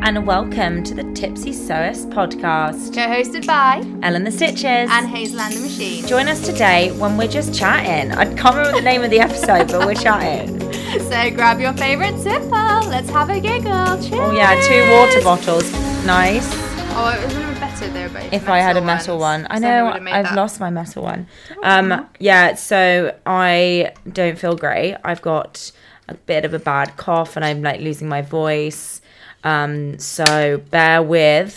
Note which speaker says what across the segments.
Speaker 1: and welcome to the Tipsy Soest podcast.
Speaker 2: Co-hosted by
Speaker 1: Ellen the Stitches. And
Speaker 2: Anne Hazel and the Machine.
Speaker 1: join us today when we're just chatting. I can't remember the name of the episode, but we're chatting.
Speaker 2: So grab your favourite sipper. Let's have a giggle. Cheers.
Speaker 1: Oh, yeah, two water bottles. Nice.
Speaker 2: Oh, it would have been better though, but
Speaker 1: If I had a metal one, I know I've lost my metal one. Um, yeah, so I don't feel great. I've got a bit of a bad cough, and I'm like losing my voice. Um, so bear with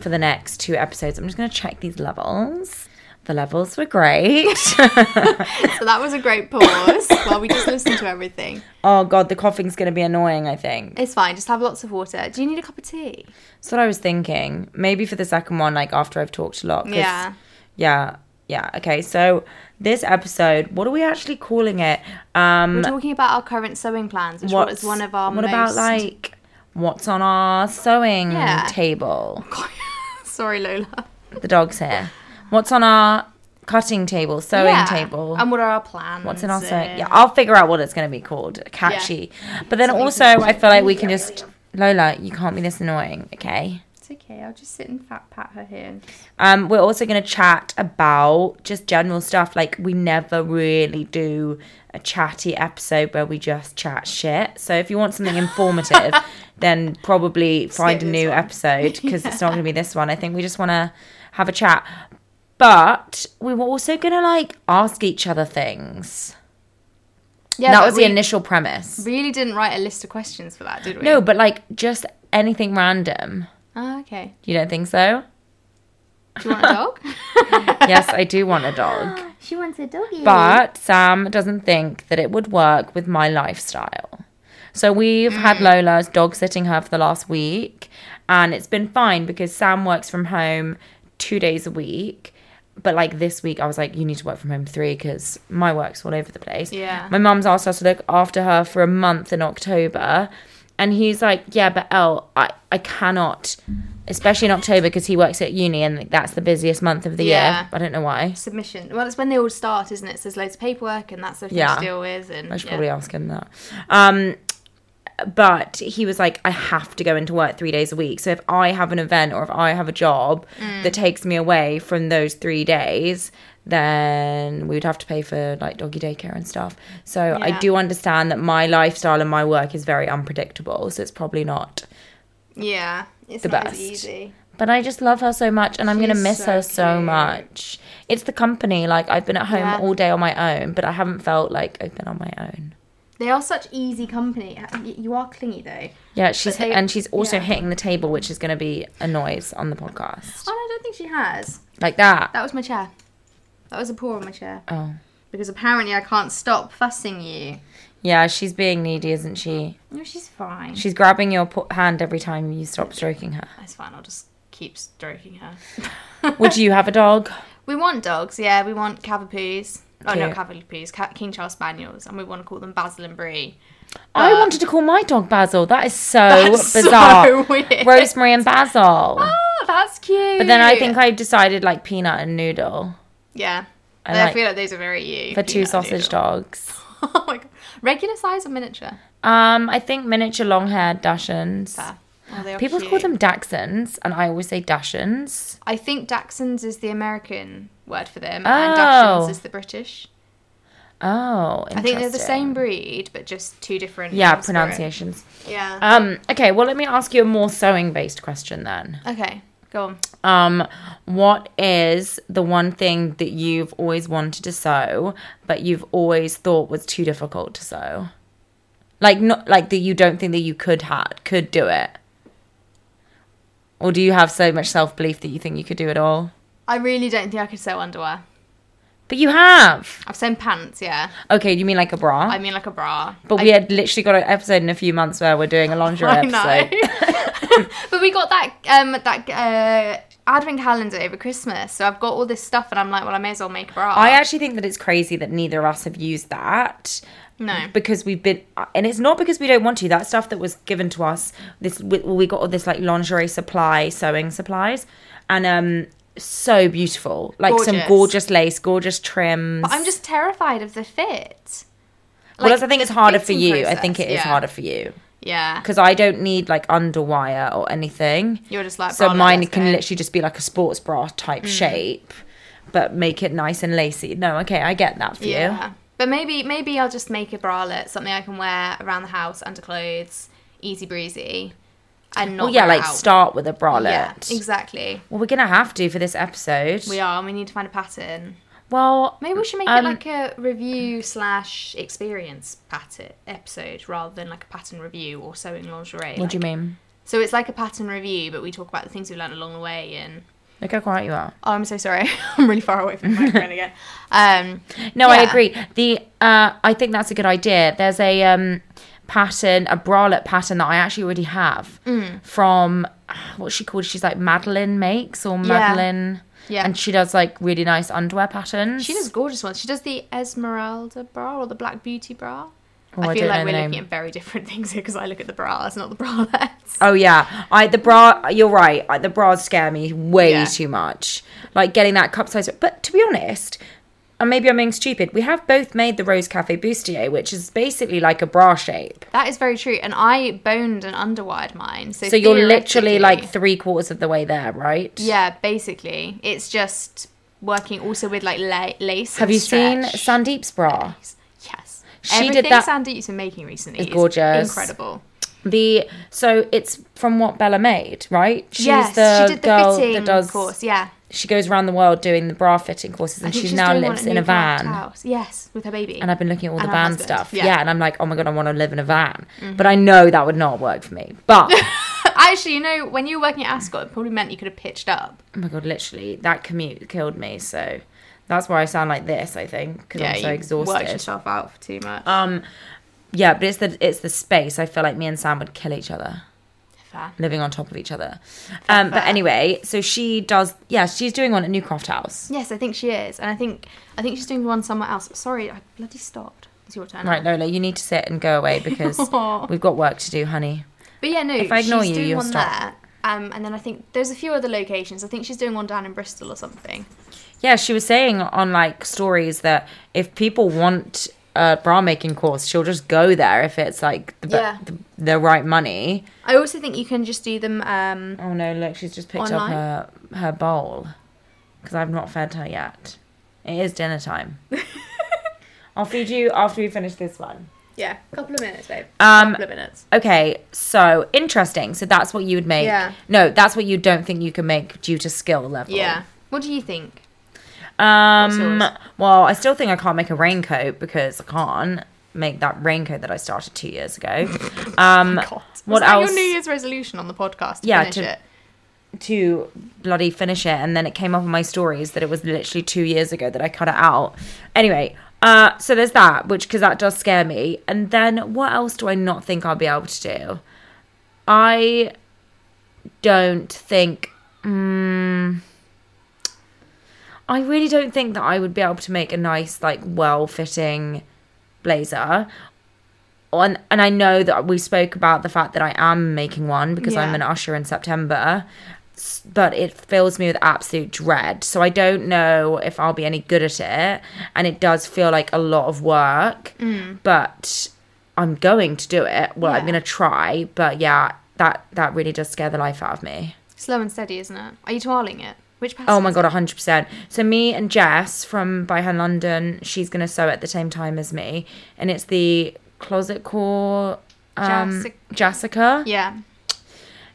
Speaker 1: for the next two episodes. I'm just gonna check these levels. The levels were great.
Speaker 2: So that was a great pause. well, we just listened to everything.
Speaker 1: oh god, the coughing's gonna be annoying. I think
Speaker 2: It's fine. Just have lots of water. Do you need a cup of tea?
Speaker 1: that's what I was thinking. Maybe for the second one, like after I've talked a lot. 'cause
Speaker 2: Yeah.
Speaker 1: Yeah. Yeah. Okay. So this episode, what are we actually calling it? Um
Speaker 2: We're talking about our current sewing plans, which was one of our
Speaker 1: What
Speaker 2: most...
Speaker 1: about like what's on our sewing
Speaker 2: Yeah.
Speaker 1: table?
Speaker 2: Sorry, Lola.
Speaker 1: The dog's here. What's on our cutting table, sewing
Speaker 2: Yeah. Um,
Speaker 1: table?
Speaker 2: And what are our plans? uh,
Speaker 1: What's in our sewing?
Speaker 2: and-
Speaker 1: Yeah, I'll figure out what it's going to be called. Catchy. But then also, I feel like we can just Lola, you can't be this annoying, okay?
Speaker 2: It's okay. I'll just sit and fat pat her here. And...
Speaker 1: Um, we're also going to chat about just general stuff. Like, we never really do a chatty episode where we just chat shit. So, if you want something informative, then probably find a
Speaker 2: this
Speaker 1: new
Speaker 2: one.
Speaker 1: episode because it's not going to be this one. I think we just want to have a chat. But we were also going to like ask each other things.
Speaker 2: Yeah,
Speaker 1: that
Speaker 2: but
Speaker 1: was
Speaker 2: we
Speaker 1: the initial premise.
Speaker 2: Really didn't write a list of questions for that, did we?
Speaker 1: No, but like just anything random.
Speaker 2: Oh, okay.
Speaker 1: You don't think so?
Speaker 2: Do you want a dog?
Speaker 1: yes, I do want a dog.
Speaker 2: She wants a doggy.
Speaker 1: But Sam doesn't think that it would work with my lifestyle. So we've had
Speaker 2: Mm.
Speaker 1: Lola's dog sitting her for the last week, and it's been fine because Sam works from home two days a week. But like this week, I was like, you need to work from home three because my work's all over the place.
Speaker 2: Yeah.
Speaker 1: My mum's asked us to look after her for a month in October. And he's like, yeah, but Elle, I, I cannot, especially in October because he works at uni and that's the busiest month of the
Speaker 2: Yeah.
Speaker 1: year. I don't know why.
Speaker 2: submission. Well, it's when they all start, isn't it? So there's loads of paperwork and that's the thing
Speaker 1: Yeah.
Speaker 2: to deal with. And
Speaker 1: I should
Speaker 2: yeah.
Speaker 1: probably ask him that. Um, but he was like, I have to go into work three days a week. So if I have an event or if I have a job
Speaker 2: Mm.
Speaker 1: that takes me away from those three days, then we would have to pay for like doggy daycare and stuff. So I
Speaker 2: Yeah.
Speaker 1: do understand that my lifestyle and my work is very unpredictable. So it's probably not.
Speaker 2: yeah, it's
Speaker 1: The
Speaker 2: not
Speaker 1: best.
Speaker 2: as easy.
Speaker 1: But I just love her so much and I'm going to
Speaker 2: She's
Speaker 1: miss
Speaker 2: so
Speaker 1: her so
Speaker 2: cute.
Speaker 1: much. It's the company. Like I've been at home
Speaker 2: Yeah.
Speaker 1: all day on my own, but I haven't felt like I've been on my own.
Speaker 2: They are such easy company. Uh, y- You are clingy though.
Speaker 1: Yeah, she's
Speaker 2: they-
Speaker 1: and she's also
Speaker 2: yeah.
Speaker 1: hitting the table, which is going to be a noise on the podcast,
Speaker 2: Oh, no, I don't think she has.
Speaker 1: like that.
Speaker 2: That was my chair. That was a paw on my chair
Speaker 1: Oh,
Speaker 2: because apparently I can't stop fussing you.
Speaker 1: yeah, she's being needy, isn't she?
Speaker 2: No, she's fine.
Speaker 1: She's grabbing your po- hand every time you stop stroking her.
Speaker 2: That's fine. I'll just keep stroking her.
Speaker 1: Would you have a dog?
Speaker 2: We want dogs. Yeah, we want cavapoos. Oh no,
Speaker 1: Cute.
Speaker 2: cavapoos, Ca- King Charles Spaniels, and we want to call them Basil and Brie.
Speaker 1: I wanted to call my dog Basil. That is so
Speaker 2: Uh, That's so
Speaker 1: bizarre.
Speaker 2: weird.
Speaker 1: Rosemary and Basil.
Speaker 2: Oh, that's cute.
Speaker 1: But then I think I decided like peanut and noodle
Speaker 2: Yeah.
Speaker 1: I
Speaker 2: I,
Speaker 1: like-
Speaker 2: feel like those are very you.
Speaker 1: for two
Speaker 2: peanut
Speaker 1: sausage
Speaker 2: noodle.
Speaker 1: dogs.
Speaker 2: Oh my god. Regular size or miniature?
Speaker 1: Um, I think miniature long-haired dachshunds.
Speaker 2: Fair. Oh, they are
Speaker 1: People
Speaker 2: cute.
Speaker 1: call them dachshunds, and I always say dachshunds.
Speaker 2: I think dachshunds is the American word for them,
Speaker 1: Oh.
Speaker 2: and dachshunds is the British.
Speaker 1: Oh,
Speaker 2: I think they're the
Speaker 1: interesting.
Speaker 2: same breed, but just two different.
Speaker 1: Yeah,
Speaker 2: names for it.
Speaker 1: pronunciations.
Speaker 2: Yeah.
Speaker 1: Um, okay, well, let me ask you a more sewing based question then.
Speaker 2: okay. Go on.
Speaker 1: Um, what is the one thing that you've always wanted to sew, but you've always thought was too difficult to sew? Like, not like that you don't think that you could ha- could do it, or do you have so much self belief that you think you could do it all?
Speaker 2: I really don't think I could sew underwear.
Speaker 1: But you have.
Speaker 2: I've sewn pants, yeah.
Speaker 1: Okay, you mean like a bra?
Speaker 2: I mean, like a bra.
Speaker 1: but we had literally got an episode in a few months where we're doing a lingerie
Speaker 2: I
Speaker 1: episode.
Speaker 2: know. but we got that um that uh, advent calendar over Christmas, so I've got all this stuff, and I'm like, well, I may as well make a bra.
Speaker 1: I actually think that it's crazy that neither of us have used that
Speaker 2: no.
Speaker 1: because we've been, and it's not because we don't want to. That stuff that was given to us, this we, we got all this like lingerie supply, sewing supplies, and um, so beautiful, like some
Speaker 2: Gorgeous.
Speaker 1: gorgeous lace, gorgeous trims.
Speaker 2: But I'm just terrified of the fit.
Speaker 1: well,
Speaker 2: Like,
Speaker 1: I think
Speaker 2: the
Speaker 1: it's harder for
Speaker 2: fitting
Speaker 1: you. I
Speaker 2: process,
Speaker 1: think it is
Speaker 2: yeah.
Speaker 1: harder for you.
Speaker 2: Yeah.
Speaker 1: because I don't need like underwire or anything.
Speaker 2: You're just like,
Speaker 1: So
Speaker 2: "Brolin,
Speaker 1: mine
Speaker 2: let's
Speaker 1: can
Speaker 2: go."
Speaker 1: literally just be like a sports bra type
Speaker 2: Mm.
Speaker 1: shape, but make it nice and lacy. No, okay, I get that for you.
Speaker 2: Yeah. But maybe maybe I'll just make a bralette, something I can wear around the house, underclothes, easy breezy, and not.
Speaker 1: Well, yeah,
Speaker 2: wear
Speaker 1: like
Speaker 2: out.
Speaker 1: start with a bralette.
Speaker 2: Yeah, exactly.
Speaker 1: Well, we're gonna have to for this episode.
Speaker 2: We are. and We need to find a pattern.
Speaker 1: Well,
Speaker 2: Maybe we should make
Speaker 1: Um,
Speaker 2: it like a review slash experience pattern episode rather than like a pattern review or sewing lingerie.
Speaker 1: what do you
Speaker 2: like-
Speaker 1: mean?
Speaker 2: So it's like a pattern review, but we talk about the things we've learned along the way. And
Speaker 1: Look how quiet you are.
Speaker 2: oh, I'm so sorry, I'm really far away from the microphone again. Um,
Speaker 1: No, I
Speaker 2: Yeah.
Speaker 1: agree. The uh, I think that's a good idea. There's a um, pattern, a bralette pattern that I actually already have
Speaker 2: Mm.
Speaker 1: from ah, what's she called? She's like Madeline makes or Madeline.
Speaker 2: Yeah.
Speaker 1: And she does like really nice underwear patterns.
Speaker 2: She does gorgeous ones. She does the Esmeralda bra or the Black Beauty bra.
Speaker 1: Oh,
Speaker 2: I,
Speaker 1: I
Speaker 2: feel
Speaker 1: don't
Speaker 2: like
Speaker 1: know
Speaker 2: we're
Speaker 1: the
Speaker 2: looking
Speaker 1: name.
Speaker 2: at very different things here because I look at the bras, not the bralettes.
Speaker 1: Oh yeah, I the bra. You're right. I, the bras scare me way
Speaker 2: Yeah.
Speaker 1: too much. Like getting that cup size. But to be honest, and maybe I'm being stupid, we have both made the Rose Cafe Bustier, which is basically like a bra shape.
Speaker 2: That is very true. And I boned and underwired mine. So,
Speaker 1: So you're
Speaker 2: theoretically-
Speaker 1: literally like three quarters of the way there, right?
Speaker 2: yeah, basically, it's just working also with like la- lace.
Speaker 1: Have
Speaker 2: and
Speaker 1: you seen
Speaker 2: stretch.
Speaker 1: Sandeep's bra?
Speaker 2: Yes.
Speaker 1: She did
Speaker 2: Everything
Speaker 1: that-
Speaker 2: Sandeep's been making recently
Speaker 1: It's
Speaker 2: is
Speaker 1: gorgeous.
Speaker 2: incredible.
Speaker 1: The so it's from what Bella made, right? She's
Speaker 2: yes,
Speaker 1: the
Speaker 2: she did the
Speaker 1: girl
Speaker 2: fitting
Speaker 1: that does.
Speaker 2: course. Yeah,
Speaker 1: She goes around the world doing the bra fitting courses,
Speaker 2: I
Speaker 1: and
Speaker 2: think
Speaker 1: she now
Speaker 2: doing one
Speaker 1: lives
Speaker 2: at
Speaker 1: in a
Speaker 2: Newcastle
Speaker 1: van.
Speaker 2: House. Yes, with her baby.
Speaker 1: and I've been looking at all
Speaker 2: And
Speaker 1: the
Speaker 2: her
Speaker 1: van
Speaker 2: husband,
Speaker 1: stuff. Yeah.
Speaker 2: yeah. Mm-hmm.
Speaker 1: and I'm like, oh my god, I want to live in a van. But I know that would not work for me. But oh
Speaker 2: Actually, you know, when you were working at Ascot, it probably meant you could have pitched up.
Speaker 1: oh my god, literally that commute killed me. So that's why I sound like this. I think because I'm so
Speaker 2: you worked
Speaker 1: exhausted.
Speaker 2: yourself out for too much.
Speaker 1: Um, yeah, but it's the it's the space. I feel like me and Sam would kill each other.
Speaker 2: Fair.
Speaker 1: living on top of each other. Um, but
Speaker 2: fair.
Speaker 1: anyway, so she does. Yeah, she's doing one at Newcroft House.
Speaker 2: Yes, I think she is, and I think I think she's doing one somewhere else. Sorry, I bloody stopped. It's your turn.
Speaker 1: Right, Lola, you need to sit and go away because
Speaker 2: Aw.
Speaker 1: we've got work to do, honey.
Speaker 2: But yeah, no.
Speaker 1: If I ignore
Speaker 2: she's
Speaker 1: you,
Speaker 2: doing
Speaker 1: you'll
Speaker 2: one
Speaker 1: stop.
Speaker 2: there. Um, and then I think there's a few other locations. I think she's doing one down in Bristol or something.
Speaker 1: Yeah, she was saying on like stories that if people want a bra making course, she'll just go there if it's like the, be-
Speaker 2: Yeah.
Speaker 1: the, the right money.
Speaker 2: I also think you can just do them. Um,
Speaker 1: Oh no, look, she's just picked up
Speaker 2: Online?
Speaker 1: her her bowl because I've not fed her yet. It is dinner time. I'll feed you after we finish this one.
Speaker 2: yeah, a couple of minutes, babe.
Speaker 1: Um,
Speaker 2: couple of minutes.
Speaker 1: Okay, so interesting. So that's what you would make.
Speaker 2: Yeah.
Speaker 1: No, that's what you don't think you can make due to skill level.
Speaker 2: Yeah. What do you think? What's
Speaker 1: Um.
Speaker 2: yours?
Speaker 1: Well, I still think I can't make a raincoat because I can't make that raincoat that I started two years ago. um,
Speaker 2: God,
Speaker 1: what
Speaker 2: was that
Speaker 1: else?
Speaker 2: Your New Year's resolution on the podcast. To
Speaker 1: Yeah,
Speaker 2: finish
Speaker 1: to-
Speaker 2: it.
Speaker 1: to bloody finish it, and then it came up on my stories that it was literally two years ago that I cut it out. Anyway. Uh, so there's that, which because that does scare me. And then what else do I not think I'll be able to do? I don't think. Mm, I really don't think that I would be able to make a nice, like, well-fitting blazer. On, and I know that we spoke about the fact that I am making one because I'm
Speaker 2: Yeah.
Speaker 1: an usher in September, s- but it fills me with absolute dread. So I don't know if I'll be any good at it, and it does feel like a lot of work. But I'm going to do it. Well, I'm
Speaker 2: Yeah.
Speaker 1: gonna try, but yeah, that that really does scare the life out of me.
Speaker 2: Slow and steady, isn't it? Are you twirling it? Which pattern?
Speaker 1: Oh my god, hundred percent. So me and Jess from By Her London, she's gonna sew at the same time as me, and it's the closet core. Um,
Speaker 2: Jessica.
Speaker 1: Jessica.
Speaker 2: Yeah.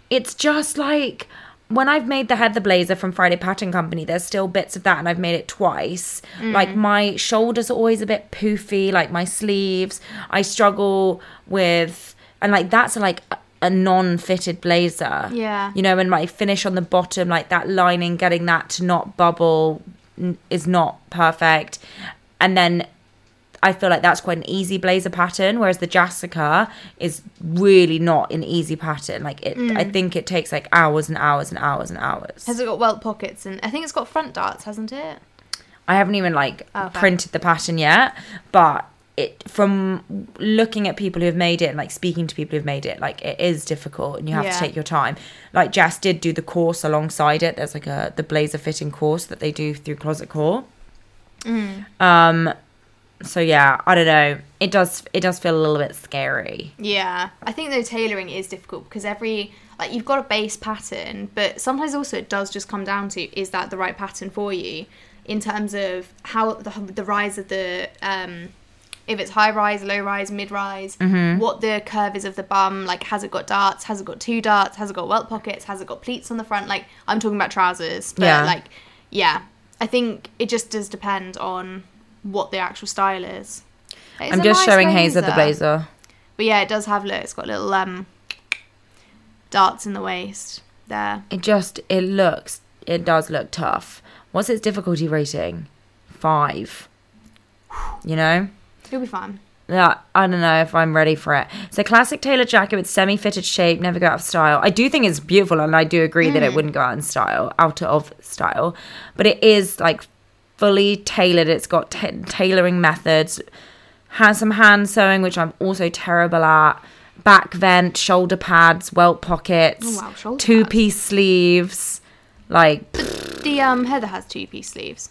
Speaker 1: It's just like when I've made the heather blazer from Friday Pattern Company, there's still bits of that, and I've made it twice. Like my shoulders are always a bit poofy, like my sleeves. I struggle with, and like that's like a, a non-fitted blazer.
Speaker 2: Yeah.
Speaker 1: you know, and my finish on the bottom, like that lining, getting that to not bubble n- is not perfect, and then. I feel like that's quite an easy blazer pattern, whereas the Jessica is really not an easy pattern. Like it, I think it takes like hours and hours and hours and hours.
Speaker 2: Has it got welt pockets and I think it's got front darts, hasn't it?
Speaker 1: I haven't even like
Speaker 2: Oh, okay.
Speaker 1: printed the pattern yet, but it from looking at people who have made it and like speaking to people who've made it, like it is difficult and you have to
Speaker 2: Yeah.
Speaker 1: take your time. Like Jess did do the course alongside it. There's like a the blazer fitting course that they
Speaker 2: Mm.
Speaker 1: do through Closet Core. Um so yeah, I don't know. it does it does feel a little bit scary.
Speaker 2: Yeah, I think though tailoring is difficult because every like you've got a base pattern, but sometimes also it does just come down to is that the right pattern for you in terms of how the, the rise of the um if it's high rise, low rise, mid rise,
Speaker 1: Mm-hmm.
Speaker 2: what the curve is of the bum, like has it got darts, has it got two darts, has it got welt pockets, has it got pleats on the front? Like I'm talking about trousers, but
Speaker 1: Yeah.
Speaker 2: like yeah, I think it just does depend on what the actual style is. It's
Speaker 1: I'm
Speaker 2: a
Speaker 1: just
Speaker 2: nice
Speaker 1: showing Hazer the blazer.
Speaker 2: but yeah, it does have look. It's got little um darts in the waist there.
Speaker 1: It just it looks it does look tough. What's its difficulty rating? Five. You know?
Speaker 2: You'll be fine.
Speaker 1: Yeah, I don't know if I'm ready for it. It's a classic tailor jacket with semi-fitted shape, never go out of style. I do think it's beautiful, and I do agree
Speaker 2: Mm.
Speaker 1: that it wouldn't go out in style, out of style. But it is like fully tailored. It's got ta tailoring methods, has some hand sewing, which I'm also terrible at. Back vent, shoulder pads, welt pockets,
Speaker 2: Oh, wow, shoulder pads.
Speaker 1: two-piece sleeves. Like,
Speaker 2: The um Heather has two piece sleeves.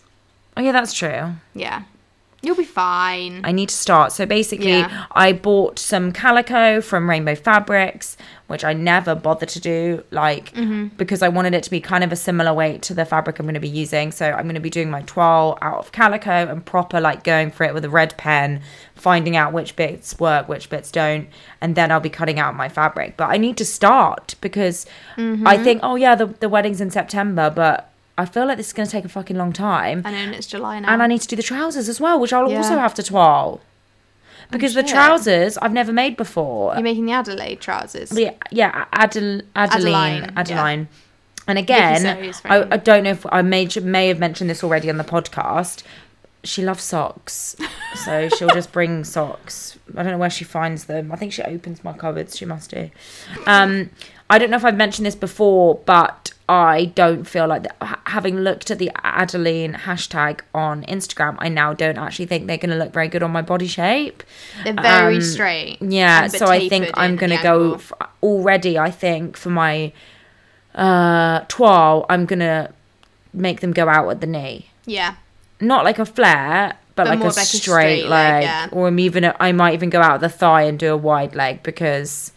Speaker 1: oh yeah, that's true.
Speaker 2: Yeah, you'll be fine.
Speaker 1: I need to start. So basically,
Speaker 2: Yeah.
Speaker 1: I bought some calico from Rainbow Fabrics, which I never bothered to do, like because I wanted it to be kind of a similar weight to the fabric I'm going to be using. So I'm going to be doing my toile out of calico and proper like going for it with a red pen, finding out which bits work, which bits don't, and then I'll be cutting out my fabric. But I need to start because I think, oh yeah, the the wedding's in September, but I feel like this is going to take a fucking long time
Speaker 2: I know and it's July now.
Speaker 1: and I need to do the trousers as well, which I'll
Speaker 2: Yeah.
Speaker 1: also have to twirl. Because the
Speaker 2: shit.
Speaker 1: trousers I've never made before.
Speaker 2: You're making the Adelaide trousers.
Speaker 1: Yeah, yeah, Adel-
Speaker 2: Adeline,
Speaker 1: Adeline,
Speaker 2: yeah.
Speaker 1: Adeline. And
Speaker 2: Vicky
Speaker 1: again,
Speaker 2: So's
Speaker 1: I,
Speaker 2: friend.
Speaker 1: I don't know if I may may have mentioned this already on the podcast. She loves socks, so she'll just bring socks. I don't know where she finds them. I think she opens my cupboards. She must do. Um, I don't know if I've mentioned this before, but I don't feel like that. ha- having looked at the Adeline hashtag on Instagram. I now don't actually think they're going to look very good on my body shape.
Speaker 2: They're very
Speaker 1: Um,
Speaker 2: straight.
Speaker 1: Yeah,
Speaker 2: and a bit
Speaker 1: so I think
Speaker 2: tapered in
Speaker 1: I'm
Speaker 2: at
Speaker 1: gonna
Speaker 2: the
Speaker 1: go
Speaker 2: angle.
Speaker 1: f already. I think for my uh toile, I'm gonna make them go out at the knee,
Speaker 2: yeah,
Speaker 1: not like a flare, but,
Speaker 2: But
Speaker 1: like,
Speaker 2: more
Speaker 1: a
Speaker 2: of like a
Speaker 1: straight
Speaker 2: straight
Speaker 1: leg,
Speaker 2: leg, yeah.
Speaker 1: or I'm even I might even go out at the thigh and do a wide leg because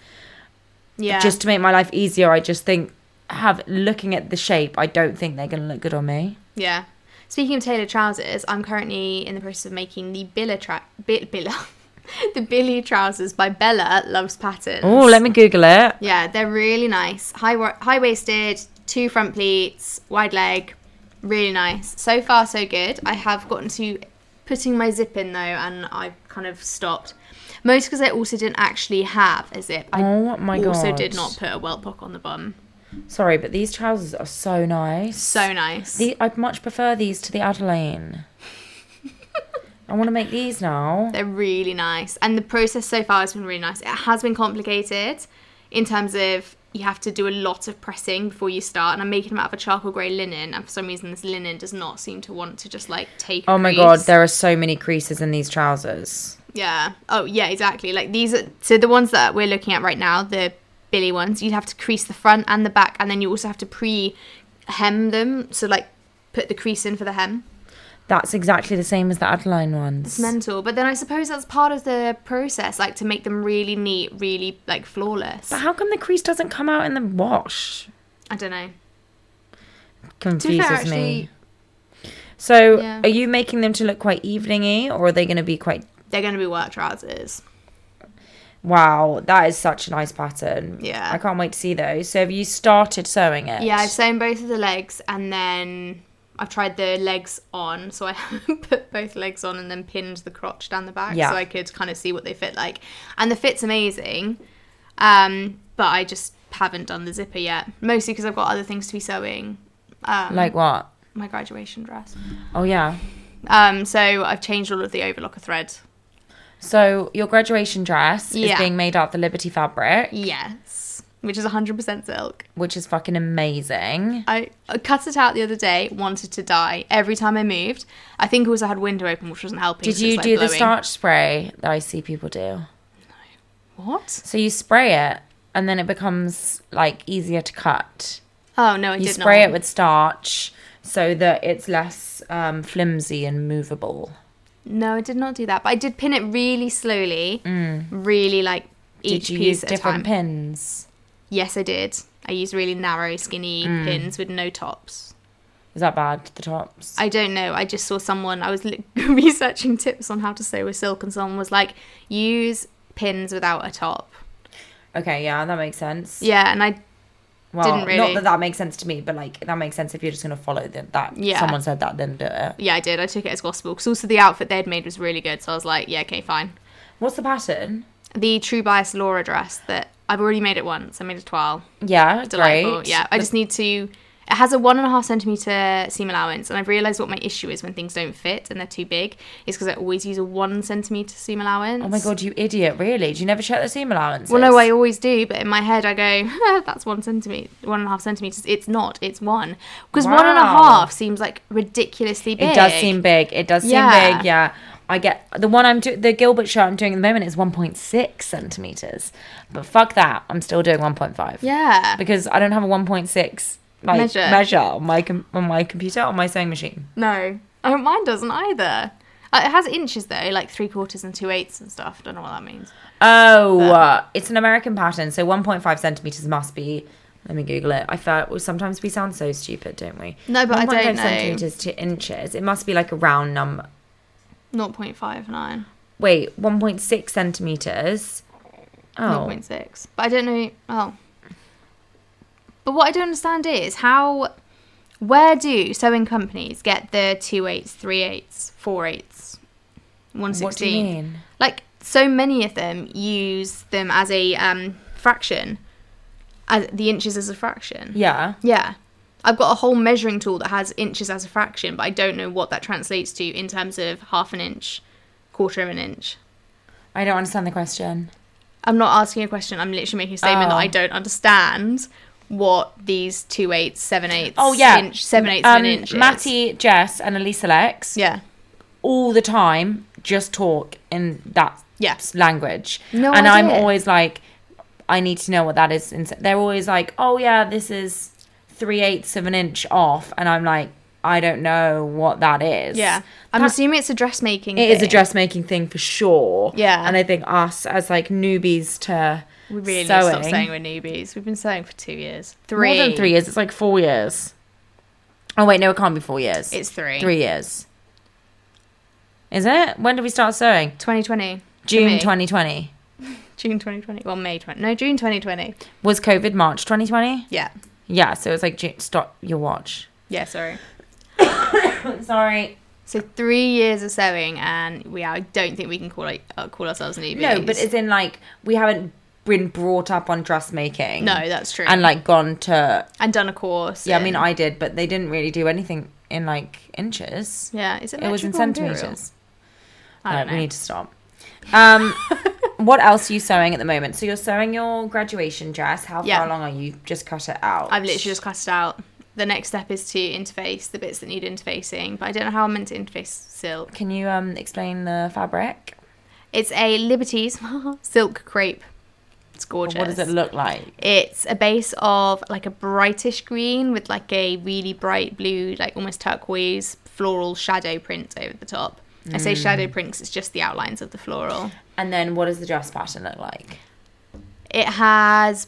Speaker 2: yeah.
Speaker 1: just to make my life easier, I just think have looking at the shape, I don't think they're gonna look good on me.
Speaker 2: Yeah. Speaking of tailored trousers, I'm currently in the process of making the Billa tra- Bi- Billa, the Billy trousers by Bella Loves Patterns.
Speaker 1: Oh, let me Google it.
Speaker 2: Yeah, they're really nice. High wa- high waisted, two front pleats, wide leg, really nice. So far, so good. I have gotten to putting my zip in though, and I've kind of stopped. Most because I also didn't actually have a zip. I
Speaker 1: Oh my god!
Speaker 2: also did not put a welt pocket on the bum.
Speaker 1: Sorry, but these trousers are so nice.
Speaker 2: So nice.
Speaker 1: The, I'd much prefer these to the Adeline. I want to make these now.
Speaker 2: They're really nice. And the process so far has been really nice. It has been complicated in terms of you have to do a lot of pressing before you start. And I'm making them out of a charcoal grey linen. And for some reason, this linen does not seem to want to just like take. a
Speaker 1: Oh my
Speaker 2: crease.
Speaker 1: god, there are so many creases in these trousers.
Speaker 2: Yeah. Oh, yeah, exactly. Like these are. So the ones that we're looking at right now, the Billy ones, you'd have to crease the front and the back. And then you also have to pre hem them. So like put the crease in for the hem.
Speaker 1: That's exactly the same as the Adeline ones.
Speaker 2: It's mental. But then I suppose that's part of the process, like to make them really neat, really like flawless.
Speaker 1: But how come the crease doesn't come out in the wash?
Speaker 2: I don't know. To be
Speaker 1: Confuses
Speaker 2: fair,
Speaker 1: me.
Speaker 2: actually,
Speaker 1: So,
Speaker 2: yeah.
Speaker 1: are you making them to look quite eveningy, or are they going to be quite?
Speaker 2: they're going to be work trousers.
Speaker 1: Wow, that is such a nice pattern.
Speaker 2: Yeah.
Speaker 1: I can't wait to see those. So, have you started sewing it?
Speaker 2: Yeah, I've sewn both of the legs and then I've tried the legs on. So I put both legs on and then pinned the crotch down the back
Speaker 1: Yeah.
Speaker 2: so I could kind of see what they fit like. And the fit's amazing. Um, but I just haven't done the zipper yet, mostly because I've got other things to be sewing. Um,
Speaker 1: Like what?
Speaker 2: my graduation dress.
Speaker 1: Oh yeah.
Speaker 2: Um, so I've changed all of the overlocker thread.
Speaker 1: So your graduation dress is
Speaker 2: Yeah.
Speaker 1: being made out of the Liberty fabric.
Speaker 2: Yes, which is 100% silk.
Speaker 1: which is fucking amazing.
Speaker 2: I I cut it out the other day, wanted to die every time I moved. I think also had window open, which wasn't helping.
Speaker 1: Did
Speaker 2: so it was,
Speaker 1: you
Speaker 2: like,
Speaker 1: do the
Speaker 2: blowing.
Speaker 1: starch spray that I see people do?
Speaker 2: What?
Speaker 1: So you spray it and then it becomes like easier to cut.
Speaker 2: Oh, no, I
Speaker 1: You
Speaker 2: did
Speaker 1: spray
Speaker 2: not.
Speaker 1: it with starch so that it's less um, flimsy and movable.
Speaker 2: No, I did not do that, but I did pin it really slowly, really like
Speaker 1: Mm.
Speaker 2: each
Speaker 1: Did you
Speaker 2: piece
Speaker 1: use
Speaker 2: at a
Speaker 1: different
Speaker 2: time.
Speaker 1: pins?
Speaker 2: yes, I did. I used really narrow, skinny
Speaker 1: Mm.
Speaker 2: pins with no tops.
Speaker 1: Is that bad? The tops.
Speaker 2: I don't know. I just saw someone. I was li- researching tips on how to sew with silk, and someone was like, "Use pins without a top."
Speaker 1: okay, yeah, that makes sense.
Speaker 2: Yeah, and I
Speaker 1: well,
Speaker 2: didn't
Speaker 1: Not
Speaker 2: really.
Speaker 1: that that makes sense to me, but like that makes sense if you're just gonna follow the, that.
Speaker 2: Yeah.
Speaker 1: Someone said that, then do it.
Speaker 2: yeah I did. I took it as gospel because also the outfit they'd made was really good. So I was like, "Yeah, okay, fine."
Speaker 1: What's the pattern?
Speaker 2: The True Bias Laura dress that I've already made it once. I made a twirl.
Speaker 1: Yeah,
Speaker 2: Delightful.
Speaker 1: great.
Speaker 2: Yeah, I just need to. It has a one and a half centimeter seam allowance, and I've realised what my issue is when things don't fit and they're too big is because I always use a one centimeter seam allowance.
Speaker 1: Oh my god, you idiot! Really? Do you never check the seam allowance?
Speaker 2: Well, no, I always do, but in my head I go, that's one centimeter, one and a half centimeters. It's not. It's one because one and a
Speaker 1: Wow.
Speaker 2: half seems like ridiculously big.
Speaker 1: It does seem big. It does seem
Speaker 2: Yeah.
Speaker 1: big. Yeah. I get the one I'm doing. The Gilbert shirt I'm doing at the moment is 1.6 centimeters, but fuck that. I'm still doing 1.5.
Speaker 2: Yeah.
Speaker 1: Because I don't have a 1.6 like measure,
Speaker 2: Measure.
Speaker 1: on my com- on my computer on my sewing machine.
Speaker 2: No, oh, mine doesn't either. Uh, It has inches though, like three quarters and two eighths and stuff. Don't know what that means.
Speaker 1: Oh, uh, it's an American pattern, so 1.5 centimeters must be. Let me Google it. I thought well, sometimes we sound so stupid, don't we?
Speaker 2: No, but I don't
Speaker 1: 1.5
Speaker 2: know.
Speaker 1: centimeters to inches. It must be like a round number.
Speaker 2: 0.59,
Speaker 1: Wait, 1.6 centimeters. Oh,
Speaker 2: 0.6. But I don't know. Oh. But what I don't understand is how, where do sewing companies get the two eighths, three eighths, four eighths, one sixteen?
Speaker 1: what do you mean?
Speaker 2: like so many of them use them as a um, fraction as the inches as a fraction
Speaker 1: Yeah.
Speaker 2: Yeah. i've got a whole measuring tool that has inches as a fraction but i don't know what that translates to in terms of half an inch quarter of an inch
Speaker 1: I don't understand the question.
Speaker 2: i'm not asking a question i'm literally making a statement
Speaker 1: Oh.
Speaker 2: that i don't understand what these two eighths seven eighths
Speaker 1: Oh yeah,
Speaker 2: inch seven eighths of
Speaker 1: Um,
Speaker 2: an inch is.
Speaker 1: Matty, Jess, and Elisa Lex
Speaker 2: yeah
Speaker 1: all the time just talk in that
Speaker 2: Yeah.
Speaker 1: language,
Speaker 2: No
Speaker 1: and I'm
Speaker 2: idea.
Speaker 1: always like, I need to know what that is. And so- they're always like, oh yeah, this is three eighths of an inch off, and I'm like, I don't know what that is.
Speaker 2: yeah i'm
Speaker 1: That-
Speaker 2: assuming it's a dressmaking
Speaker 1: it is a
Speaker 2: thing.
Speaker 1: dressmaking thing for sure.
Speaker 2: Yeah.
Speaker 1: and I think us as like newbies to
Speaker 2: we really need to
Speaker 1: sewing,
Speaker 2: stop saying we're newbies we've been sewing for two years three
Speaker 1: more than three years. It's like four years. Oh wait, no, it can't be four years.
Speaker 2: it's three
Speaker 1: Three years. Is it? When did we start sewing?
Speaker 2: 2020. for
Speaker 1: June
Speaker 2: me.
Speaker 1: 2020.
Speaker 2: June 2020. Well, May 20. No, June 2020.
Speaker 1: Was COVID March 2020?
Speaker 2: Yeah.
Speaker 1: Yeah, so it's like, Ju- stop your watch.
Speaker 2: Yeah, sorry.
Speaker 1: Sorry.
Speaker 2: So three years of sewing, and we are, I don't think we can call it, uh, call ourselves newbies.
Speaker 1: No, but it's in like, we haven't been brought up on dressmaking.
Speaker 2: no, that's true.
Speaker 1: And like gone to,
Speaker 2: and done a course.
Speaker 1: yeah, I mean,
Speaker 2: and-
Speaker 1: I did, but they didn't really do anything in like inches.
Speaker 2: yeah, is it,
Speaker 1: It was in
Speaker 2: metrical or imperial?
Speaker 1: centimeters.
Speaker 2: I
Speaker 1: No,
Speaker 2: don't know.
Speaker 1: We need to stop. Um, what else are you sewing at the moment? So you're sewing your graduation dress. How
Speaker 2: Yeah.
Speaker 1: far along are you? Just cut it out.
Speaker 2: I've literally just cut it out. The next step is to interface the bits that need interfacing, but I don't know how I'm meant to interface silk.
Speaker 1: Can you um explain the fabric?
Speaker 2: It's a Liberties silk crepe. It's gorgeous.
Speaker 1: What does it look like?
Speaker 2: It's a base of like a brightish green with like a really bright blue, like almost turquoise floral shadow print over the top. I say shadow print 'cause it's just the outlines of the floral.
Speaker 1: And then what does the dress pattern look like?
Speaker 2: It has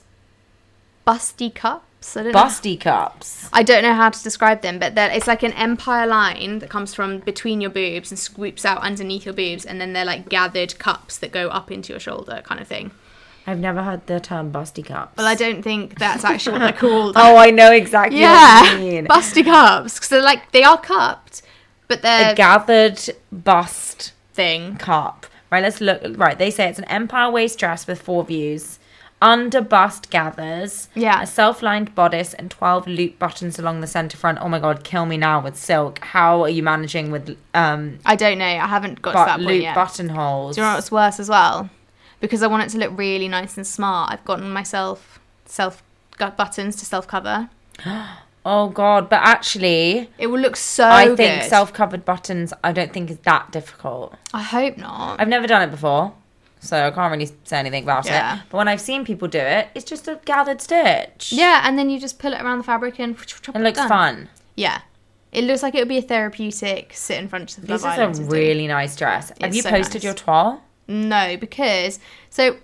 Speaker 2: busty cups. I don't know.
Speaker 1: Busty cups.
Speaker 2: I don't know how to describe them, but they're, it's like an empire line that comes from between your boobs and swoops out underneath your boobs, and then they're like gathered cups that go up into your shoulder, kind of thing.
Speaker 1: I've never heard the term busty cups.
Speaker 2: Well, I don't think that's actually what they're called.
Speaker 1: Oh, I know exactly what you
Speaker 2: Yeah,
Speaker 1: mean.
Speaker 2: busty cups. Because they're like they are cupped, but they're
Speaker 1: a gathered bust
Speaker 2: thing.
Speaker 1: cup. Right, let's look. Right, they say it's an empire waist dress with four views. Under bust gathers.
Speaker 2: Yeah.
Speaker 1: A self lined bodice and 12 loop buttons along the centre front. Oh my god, kill me now with silk. How are you managing with um
Speaker 2: I don't know. I haven't got to
Speaker 1: but,
Speaker 2: that point
Speaker 1: loop
Speaker 2: yet.
Speaker 1: buttonholes?
Speaker 2: Do you know what's worse as well? Because I want it to look really nice and smart. I've gotten myself self gut buttons to self cover.
Speaker 1: oh god, but actually,
Speaker 2: It will look so.
Speaker 1: I think
Speaker 2: good.
Speaker 1: self covered buttons, I don't think is that difficult.
Speaker 2: I hope not.
Speaker 1: I've never done it before, so I can't really say anything about
Speaker 2: Yeah.
Speaker 1: it. But when I've seen people do it, it's just a gathered stitch.
Speaker 2: yeah, and then you just pull it around the fabric and
Speaker 1: It looks
Speaker 2: done.
Speaker 1: fun.
Speaker 2: Yeah, It looks like it would be a therapeutic sit in front of the
Speaker 1: This
Speaker 2: Love
Speaker 1: is a
Speaker 2: Island and do.
Speaker 1: really nice dress. Have
Speaker 2: It's
Speaker 1: you
Speaker 2: so
Speaker 1: posted
Speaker 2: nice.
Speaker 1: your toile?
Speaker 2: No, because so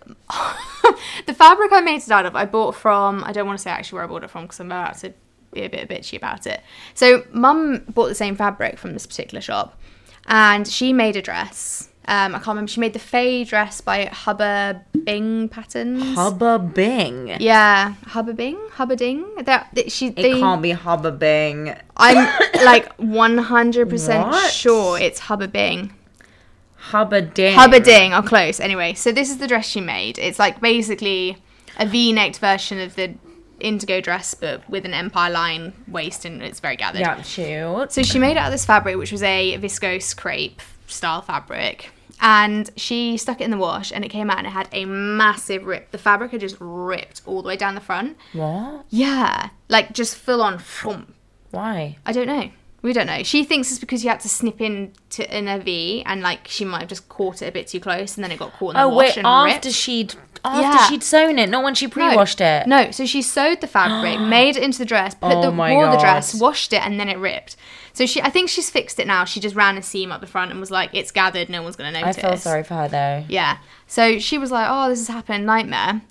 Speaker 2: the fabric I made it out of, I bought from. I don't want to say actually where I bought it from because I'm about to be a bit bitchy about it. So mum bought the same fabric from this particular shop, and she made a dress. Um, I can't remember. She made the Faye dress by Hubba Bing Patterns.
Speaker 1: Hubba Bing.
Speaker 2: yeah, Hubba Bing, Hubba Ding. That that- she.
Speaker 1: It
Speaker 2: They,
Speaker 1: can't be Hubba Bing.
Speaker 2: I'm like 100 percent
Speaker 1: What?
Speaker 2: sure it's Hubba Bing.
Speaker 1: Hubba Ding.
Speaker 2: Hubba Ding are close. Anyway, so this is the dress she made. It's like basically a V-necked version of the indigo dress, but with an empire line waist, and it's very gathered.
Speaker 1: Yeah, shoot.
Speaker 2: So she made it out of this fabric, which was a viscose crepe style fabric. And she stuck it in the wash, and it came out and it had a massive rip. The fabric had just ripped all the way down the front.
Speaker 1: What?
Speaker 2: Yeah, like just full on. Vroom.
Speaker 1: Why?
Speaker 2: I don't know. We don't know. She thinks it's because you had to snip in to in a V, and like she might have just caught it a bit too close, and then it got caught in the
Speaker 1: Oh
Speaker 2: wash
Speaker 1: wait,
Speaker 2: and
Speaker 1: after
Speaker 2: ripped.
Speaker 1: she'd after
Speaker 2: Yeah.
Speaker 1: she'd sewn it, not when she
Speaker 2: No.
Speaker 1: pre-washed it.
Speaker 2: No, so she sewed the fabric, made it into the dress, put
Speaker 1: Oh
Speaker 2: the,
Speaker 1: my
Speaker 2: wore the
Speaker 1: God.
Speaker 2: dress, washed it, and then it ripped. So she, I think she's fixed it now. She just ran a seam up the front and was like, "It's gathered. No one's gonna
Speaker 1: I
Speaker 2: notice."
Speaker 1: feel sorry for her though.
Speaker 2: Yeah. So she was like, "Oh, this has happened. Nightmare."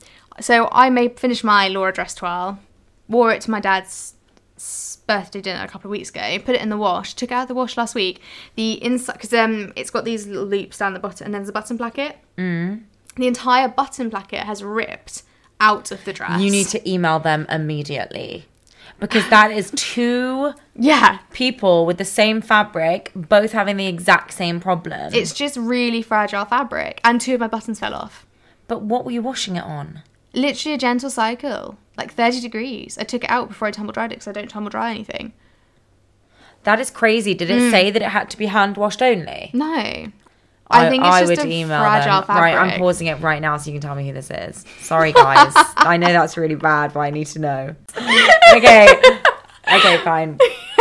Speaker 2: So I made finished my Laura dress twirl, wore it to my dad's s- birthday dinner a couple of weeks ago. Put it in the wash. Took it out of the wash last week. The inside, because um, it's got these little loops down the bottom, and then there's a button placket. Mm. The entire button placket has ripped out of the dress.
Speaker 1: You need to email them immediately. Because that is two
Speaker 2: Yeah.
Speaker 1: people with the same fabric, both having the exact same problem.
Speaker 2: It's just really fragile fabric, and two of my buttons fell off.
Speaker 1: but what were you washing it on?
Speaker 2: Literally a gentle cycle, like 30 degrees. I took it out before I tumble dried it because I don't tumble dry anything.
Speaker 1: That is crazy. Did it
Speaker 2: Hmm.
Speaker 1: say that it had to be hand washed only?
Speaker 2: No. I, think it's just a
Speaker 1: them.
Speaker 2: fragile fabric.
Speaker 1: Right, I'm pausing it right now so you can tell me who this is. Sorry, guys. I know that's really bad, but I need to know. Okay. Okay, fine.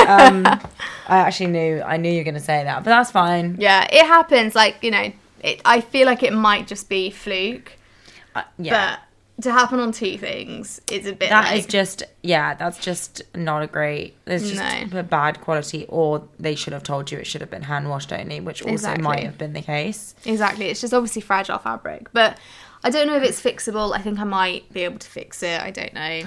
Speaker 1: Um, I actually knew I knew you were gonna say that, but that's fine.
Speaker 2: Yeah, it happens. Like, you know, it, I feel like it might just be fluke,
Speaker 1: Uh, yeah,
Speaker 2: but to happen on two things is a bit
Speaker 1: that
Speaker 2: like,
Speaker 1: is just yeah, that's just not a great. It's just
Speaker 2: No.
Speaker 1: a bad quality, or they should have told you it should have been hand washed only, which also might
Speaker 2: Exactly.
Speaker 1: have been the case.
Speaker 2: Exactly. It's just obviously fragile fabric, but I don't know if it's fixable. I think I might be able to fix it. I don't know.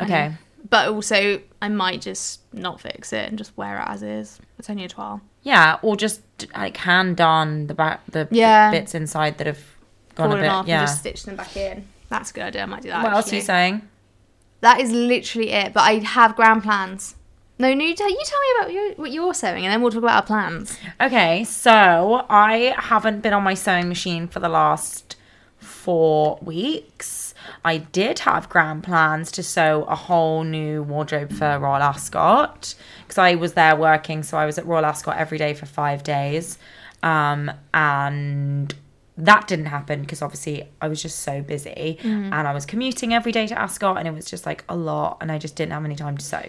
Speaker 1: Okay.
Speaker 2: Um, but also, I might just not fix it and just wear it as is. It's only a twirl.
Speaker 1: Yeah, or just like hand darn the back the
Speaker 2: Yeah.
Speaker 1: bits inside that have gone
Speaker 2: Pull
Speaker 1: a
Speaker 2: them
Speaker 1: bit.
Speaker 2: off
Speaker 1: yeah.
Speaker 2: and just stitch them back in. That's a good idea. I might do that.
Speaker 1: what else are
Speaker 2: actually.
Speaker 1: you saying?
Speaker 2: That is literally it. But I have grand plans. No, no, you tell, you tell me about your, what you're sewing, and then we'll talk about our plans.
Speaker 1: Okay, so I haven't been on my sewing machine for the last four weeks. I did have grand plans to sew a whole new wardrobe for Royal Ascot because I was there working, so I was at Royal Ascot every day for five days. Um, and that didn't happen because obviously I was just so busy
Speaker 2: Mm.
Speaker 1: and I was commuting every day to Ascot and it was just like a lot and I just didn't have any time to sew.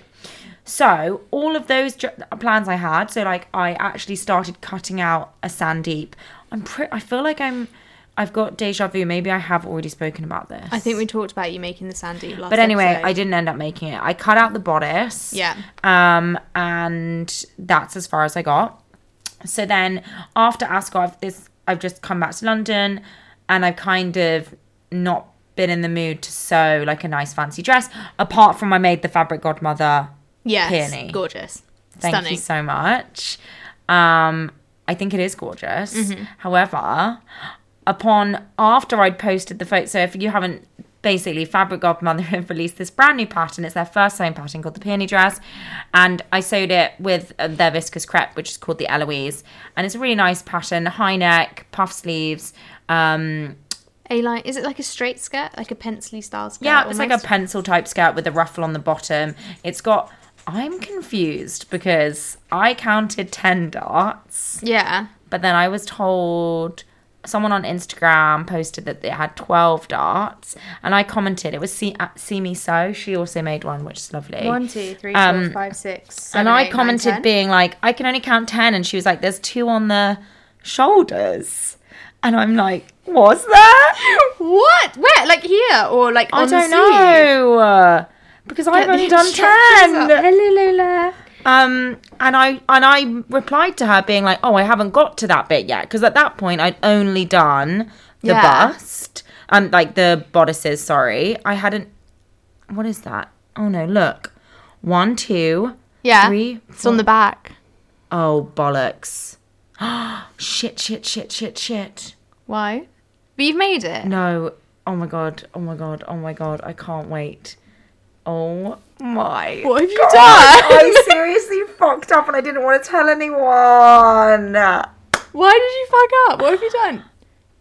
Speaker 1: So, all of those dr- plans I had, so like I actually started cutting out a Sandeep. I'm pretty, I feel like I'm, I've got deja vu. Maybe I have already spoken about this.
Speaker 2: I think we talked about you making the sandy last.
Speaker 1: But anyway,
Speaker 2: episode.
Speaker 1: I didn't end up making it. I cut out the bodice.
Speaker 2: Yeah.
Speaker 1: Um, and that's as far as I got. So then after Ascot, I've this I've just come back to London and I've kind of not been in the mood to sew like a nice fancy dress, apart from I made the fabric godmother
Speaker 2: yes,
Speaker 1: peony.
Speaker 2: gorgeous,
Speaker 1: Thank
Speaker 2: stunning.
Speaker 1: you so much. Um, I think it is gorgeous.
Speaker 2: Mm-hmm.
Speaker 1: However, upon after I'd posted the photo, so if you haven't, basically Fabric Godmother have released this brand new pattern. It's their first sewing pattern called the Peony Dress, and I sewed it with uh, their viscous crepe, which is called the Eloise, and it's a really nice pattern, high neck, puff sleeves. Um,
Speaker 2: A line is it like a straight skirt, like a pencily style skirt?
Speaker 1: yeah, it's like a
Speaker 2: almost?
Speaker 1: pencil type skirt with a ruffle on the bottom. It's got. I'm confused because I counted ten darts.
Speaker 2: yeah.
Speaker 1: But then I was told someone on Instagram posted that it had 12 darts and I commented it was see, at see me so she also made one which is lovely.
Speaker 2: One, two, three,
Speaker 1: Um,
Speaker 2: four, five, six, seven,
Speaker 1: and
Speaker 2: eight,
Speaker 1: I
Speaker 2: nine,
Speaker 1: commented
Speaker 2: ten.
Speaker 1: being like I can only count 10 and she was like there's two on the shoulders. And I'm like was there?
Speaker 2: What? Where? Like here or like
Speaker 1: I
Speaker 2: on the
Speaker 1: don't
Speaker 2: sleeve?
Speaker 1: know. Because I've
Speaker 2: the
Speaker 1: only done
Speaker 2: instructions
Speaker 1: 10.
Speaker 2: up.
Speaker 1: Hello Lola. Um, and I and I replied to her being like, "Oh, I haven't got to that bit yet," because at that point I'd only done the
Speaker 2: Yeah.
Speaker 1: bust and like the bodices. Sorry, I hadn't. What is that? Oh no! Look, one, two,
Speaker 2: Yeah.
Speaker 1: three,
Speaker 2: It's on the back.
Speaker 1: Oh bollocks! shit! Shit! Shit! Shit! Shit!
Speaker 2: Why? But you've made it.
Speaker 1: No! Oh my god! Oh my god! Oh my god! I can't wait! Oh my!
Speaker 2: What have you
Speaker 1: God,
Speaker 2: done?
Speaker 1: I seriously fucked up, and I didn't want to tell anyone.
Speaker 2: Why did you fuck up? What have you done?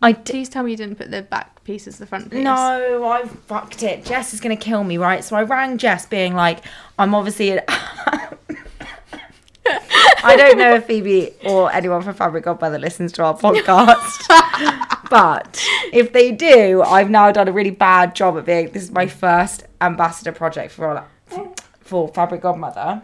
Speaker 1: I did.
Speaker 2: Please tell me you didn't put the back piece as the front piece.
Speaker 1: No, I fucked it. Jess is gonna kill me, right? So I rang Jess, being like, "I'm obviously." I don't know if Phoebe or anyone from Fabric Godmother listens to our podcast, but if they do, I've now done a really bad job at being. This is my first ambassador project for for Fabric Godmother.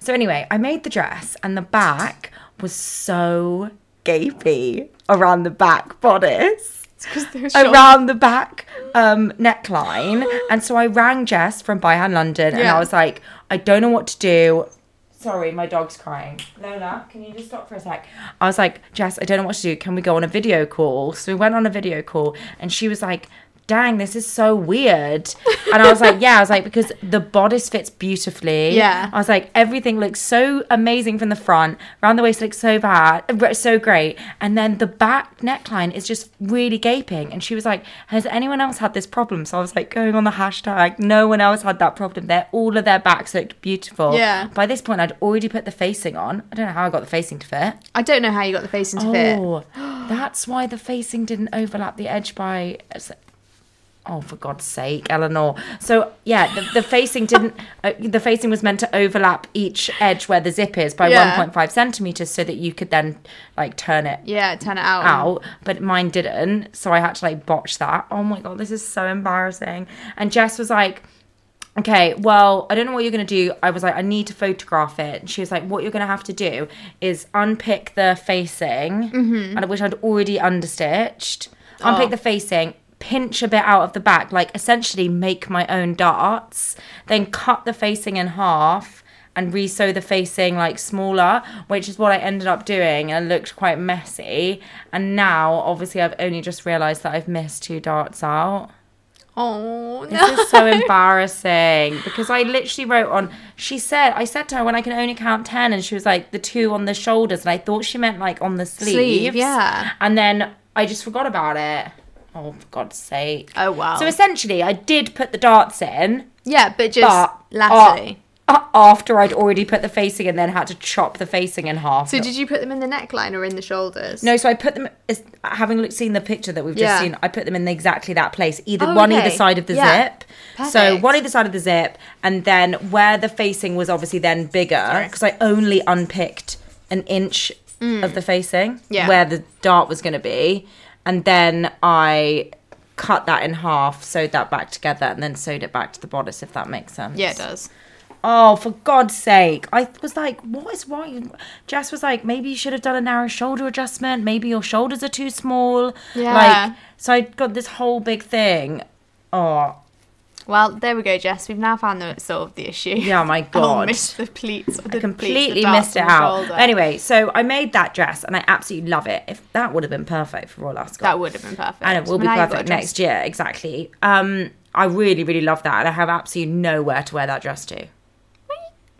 Speaker 1: So anyway, I made the dress, and the back was so gapy around the back bodice
Speaker 2: It's 'cause they're short.
Speaker 1: around the back um, neckline. And so I rang Jess from By Hand London and
Speaker 2: Yeah.
Speaker 1: I was like, I don't know what to do. Sorry, my dog's crying. Lola, can you just stop for a sec? I was like, Jess, I don't know what to do. Can we go on a video call? So we went on a video call and she was like, Dang, this is so weird. And I was like, Yeah, I was like, because the bodice fits beautifully.
Speaker 2: Yeah.
Speaker 1: I was like, everything looks so amazing from the front. Round the waist looks so bad, uh, so great. And then the back neckline is just really gaping. And she was like, has anyone else had this problem? So I was like, going on the hashtag, no one else had that problem. Their all of their backs looked beautiful.
Speaker 2: Yeah.
Speaker 1: By this point, I'd already put the facing on. I don't know how I got the facing to fit.
Speaker 2: I don't know how you got the face into fit.
Speaker 1: Oh, that's why the facing didn't overlap the edge by. Oh, for God's sake, Eleanor. So yeah, the, the facing didn't. Uh, the facing was meant to overlap each edge where the zip is by
Speaker 2: Yeah.
Speaker 1: 1.5 centimeters, so that you could then like turn it
Speaker 2: Yeah, turn it out.
Speaker 1: out, but mine didn't. So I had to like botch that. Oh my god, this is so embarrassing. And Jess was like, okay, well, I don't know what you're gonna do. I was like, I need to photograph it. And she was like, what you're gonna have to do is unpick the facing, and which I'd already understitched. Unpick the facing. Pinch a bit out of the back, like essentially make my own darts, then cut the facing in half and re-sew the facing like smaller, which is what I ended up doing and it looked quite messy. And now obviously I've only just realised that I've missed two darts out.
Speaker 2: Oh no.
Speaker 1: This is so embarrassing because I literally wrote on she said I said to her when I can only count ten and she was like the two on the shoulders and I thought she meant like on the sleeves.
Speaker 2: Sleeve, yeah.
Speaker 1: And then I just forgot about it. Oh for God's sake.
Speaker 2: Oh wow.
Speaker 1: So essentially I did put the darts in
Speaker 2: yeah, but just
Speaker 1: but
Speaker 2: latterly.
Speaker 1: a- a- after I'd already put the facing and then had to chop the facing in half.
Speaker 2: so did you put them in the neckline or in the shoulders?
Speaker 1: no, so I put them, as- having looked, seen the picture that we've
Speaker 2: Yeah.
Speaker 1: just seen, I put them in exactly that place, either
Speaker 2: Oh,
Speaker 1: one either
Speaker 2: okay.
Speaker 1: side of the
Speaker 2: Yeah.
Speaker 1: zip. So
Speaker 2: Perfect.
Speaker 1: one either side of the zip, and then where the facing was obviously then bigger, because I only unpicked an inch of the facing
Speaker 2: Mm. Yeah.
Speaker 1: where the dart was going to be. And then I cut that in half, sewed that back together, and then sewed it back to the bodice, if that makes sense.
Speaker 2: Yeah, it does.
Speaker 1: Oh, for God's sake. I was like, what is wrong? You- Jess was like, maybe you should have done a narrow shoulder adjustment. Maybe your shoulders are too small.
Speaker 2: Yeah.
Speaker 1: Like, so I got this whole big thing. Oh,
Speaker 2: Well, there we go, Jess. We've now found that it solved the issue.
Speaker 1: yeah, my
Speaker 2: Oh,
Speaker 1: God.
Speaker 2: missed the pleats. The
Speaker 1: Completely missed it out. Anyway, so I made that dress and I absolutely love it. If that would have been perfect for Royal Ascot.
Speaker 2: that would have been perfect.
Speaker 1: and it will be
Speaker 2: Now you've got
Speaker 1: perfect
Speaker 2: a dress.
Speaker 1: next year, exactly. Um, I really, really love that, and I have absolutely nowhere to wear that dress to.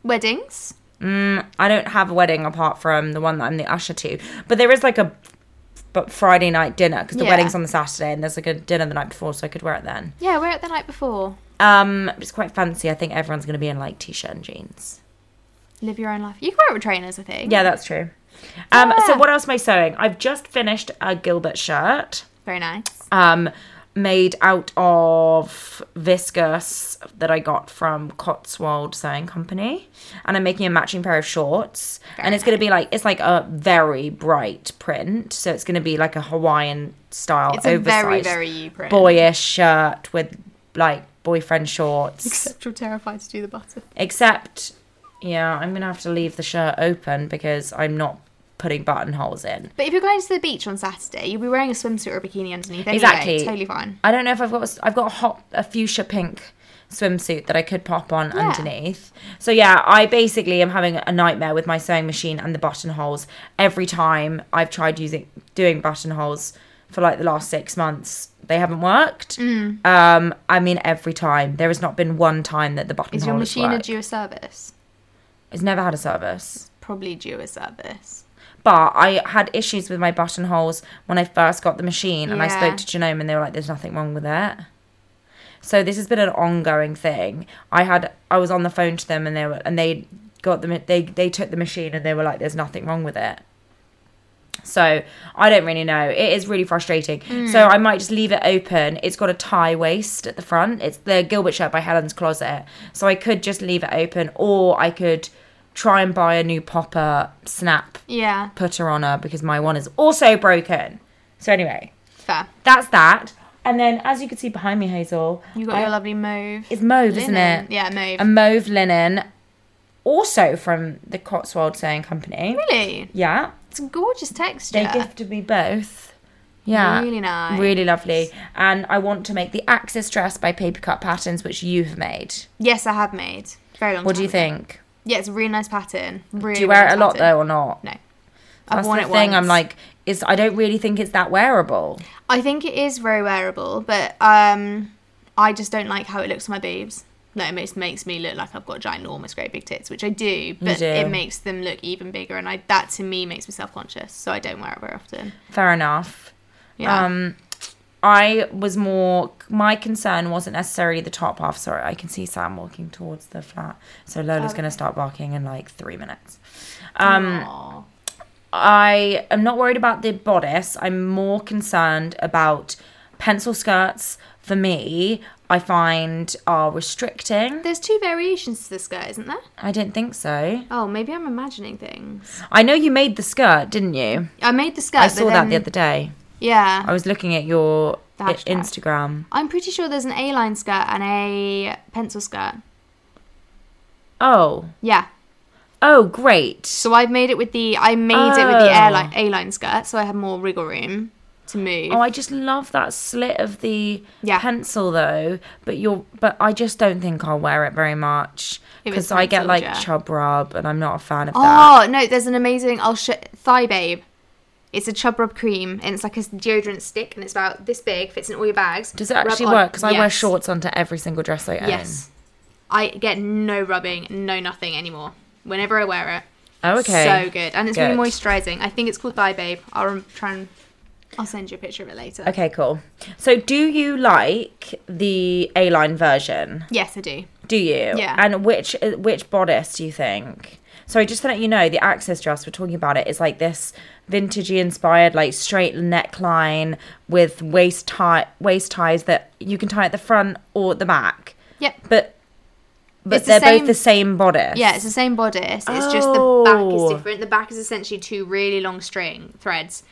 Speaker 2: Weddings.
Speaker 1: I don't have a wedding apart from the one that I'm the usher to, but there is like a but Friday night dinner because the
Speaker 2: Yeah.
Speaker 1: wedding's on the Saturday and there's like a dinner the night before, so I could wear it then.
Speaker 2: Yeah, wear it the night before.
Speaker 1: Um, it's quite fancy. I think everyone's gonna be in like t-shirt and jeans.
Speaker 2: Live your own life. You can wear it with trainers, I think.
Speaker 1: Yeah, that's true. Um, so
Speaker 2: Yeah.
Speaker 1: what else am I sewing? I've just finished a Gilbert shirt.
Speaker 2: Very nice.
Speaker 1: um, made out of viscose that I got from Cotswold Sewing Company, and I'm making a matching pair of shorts. and it's gonna be like it's like a very bright print, so it's gonna be like a Hawaiian style
Speaker 2: It's a
Speaker 1: oversized
Speaker 2: very, very you print.
Speaker 1: boyish shirt with like boyfriend shorts.
Speaker 2: Except you're terrified to do the butter.
Speaker 1: Except, yeah, I'm gonna have to leave the shirt open because I'm not putting buttonholes in.
Speaker 2: But if you're going to the beach on Saturday, you'll be wearing a swimsuit or a bikini underneath. Anyway.
Speaker 1: Exactly.
Speaker 2: It's totally fine.
Speaker 1: I don't know if I've got I've got a hot a fuchsia pink swimsuit that I could pop on underneath. So yeah, I basically am having a nightmare with my sewing machine and the buttonholes every time I've tried using doing buttonholes for like the last six months. They haven't worked.
Speaker 2: Mm.
Speaker 1: Um, I mean, every time there has not been one time that the buttonhole
Speaker 2: Is your
Speaker 1: has
Speaker 2: machine a
Speaker 1: worked.
Speaker 2: due a service?
Speaker 1: It's never had a service.
Speaker 2: Probably due a service.
Speaker 1: But I had issues with my buttonholes when I first got the machine, and I
Speaker 2: Yeah.
Speaker 1: spoke to Genome, and they were like, "There's nothing wrong with it." So this has been an ongoing thing. I had I was on the phone to them, and they were and they got them. They they took the machine, and they were like, "There's nothing wrong with it." So I don't really know. It is really frustrating. So I might just leave it open. It's got a tie waist at the front. It's the Gilbert shirt by Helen's Closet. So I could just leave it open, or I could try and buy a new popper snap
Speaker 2: Yeah,
Speaker 1: putter on her because my one is also broken. So anyway,
Speaker 2: fair.
Speaker 1: that's that. And then as you can see behind me, Hazel,
Speaker 2: You got
Speaker 1: I-
Speaker 2: your lovely mauve.
Speaker 1: it's mauve, isn't it?
Speaker 2: linen.
Speaker 1: Um,
Speaker 2: Yeah, mauve.
Speaker 1: A mauve linen, also from the Cotswold Sewing Company.
Speaker 2: really?
Speaker 1: Yeah,
Speaker 2: It's a gorgeous texture.
Speaker 1: they gifted me both. Yeah.
Speaker 2: Really nice.
Speaker 1: Really lovely. And I want to make the Axis dress by Paper Cut Patterns, which you've made.
Speaker 2: Yes, I have made. Very long
Speaker 1: What do
Speaker 2: time
Speaker 1: you
Speaker 2: ago.
Speaker 1: think?
Speaker 2: Yeah, it's a really nice pattern. Really
Speaker 1: Do you wear
Speaker 2: nice
Speaker 1: it a lot
Speaker 2: pattern.
Speaker 1: though, or not?
Speaker 2: No. I've
Speaker 1: That's
Speaker 2: worn
Speaker 1: the
Speaker 2: it
Speaker 1: thing. I'm
Speaker 2: once.
Speaker 1: like, is I don't really think it's that wearable.
Speaker 2: I think it is very wearable, but um, I just don't like how it looks on my boobs. No, it makes makes me look like I've got ginormous, great big tits, which I do, but
Speaker 1: do.
Speaker 2: it makes them look even bigger, and I that to me makes me self conscious, so I don't wear it very often.
Speaker 1: Fair enough.
Speaker 2: Yeah,
Speaker 1: Um, I was more. My concern wasn't necessarily the top half. Sorry, I can see Sam walking towards the flat. So Lola's
Speaker 2: Okay.
Speaker 1: going to start barking in like three minutes. Um,
Speaker 2: Aw.
Speaker 1: I am not worried about the bodice. I'm more concerned about pencil skirts. For me, I find are restricting.
Speaker 2: there's two variations to the skirt, isn't there?
Speaker 1: I didn't think so.
Speaker 2: Oh, maybe I'm imagining things.
Speaker 1: I know you made the skirt, didn't you?
Speaker 2: I made the skirt.
Speaker 1: I
Speaker 2: but
Speaker 1: saw that
Speaker 2: then-
Speaker 1: the other day.
Speaker 2: Yeah,
Speaker 1: I was looking at your
Speaker 2: The
Speaker 1: i-
Speaker 2: hashtag.
Speaker 1: Instagram.
Speaker 2: I'm pretty sure there's an A-line skirt and a pencil skirt.
Speaker 1: Oh,
Speaker 2: Yeah.
Speaker 1: oh, great.
Speaker 2: So I've made it with the I made it with the
Speaker 1: Oh.
Speaker 2: airline A-line skirt, so I have more wriggle room to move.
Speaker 1: Oh, I just love that slit of the
Speaker 2: Yeah.
Speaker 1: pencil though. But you're, but I just don't think I'll wear it very much
Speaker 2: If it's
Speaker 1: because I get
Speaker 2: penciled,
Speaker 1: like
Speaker 2: yeah.
Speaker 1: chub rub, and I'm not a fan of that.
Speaker 2: Oh no, there's an amazing. I'll show Thigh Babe. It's a chub rub cream, and it's like a deodorant stick, and it's about this big, fits in all your bags.
Speaker 1: Does it
Speaker 2: Rub
Speaker 1: actually
Speaker 2: on-
Speaker 1: work? Because I wear
Speaker 2: Yes.
Speaker 1: shorts onto every single dress I own.
Speaker 2: Yes, I get no rubbing, no nothing anymore. Whenever I wear it,
Speaker 1: Oh, okay.
Speaker 2: so good, and it's
Speaker 1: Good.
Speaker 2: really moisturising. I think it's called Thigh Babe. I'll rem- try and I'll send you a picture of it later.
Speaker 1: okay, cool. So, do you like the A line version?
Speaker 2: Yes, I do.
Speaker 1: Do you?
Speaker 2: Yeah.
Speaker 1: And which uh, which bodice do you think? Sorry, just to let you know, the access dress we're talking about it is like this vintagey inspired, like straight neckline with waist tie waist ties that you can tie at the front or the back,
Speaker 2: Yep.
Speaker 1: but but
Speaker 2: It's the
Speaker 1: they're
Speaker 2: same-
Speaker 1: both the same bodice.
Speaker 2: Yeah, it's the same bodice. It's just the back
Speaker 1: Oh.
Speaker 2: is different. The back is essentially two really long string threads,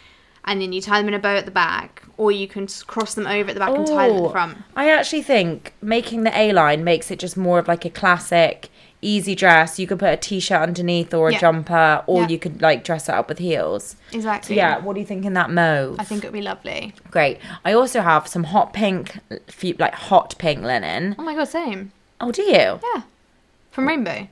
Speaker 2: and then you tie them in a bow at the back, or you can s- cross them over at the back and tie them at the
Speaker 1: Ooh.
Speaker 2: front.
Speaker 1: I actually think making the A line makes it just more of like a classic easy dress. You could put a t-shirt underneath or a
Speaker 2: Yeah.
Speaker 1: jumper, or
Speaker 2: Yeah.
Speaker 1: you could like dress it up with heels. So
Speaker 2: Exactly.
Speaker 1: yeah, what do you think in that mode?
Speaker 2: I think it would be lovely.
Speaker 1: Great. I also have some hot pink, few- like hot pink linen.
Speaker 2: Oh my god, same.
Speaker 1: Oh, do you?
Speaker 2: Yeah, from Rainbow.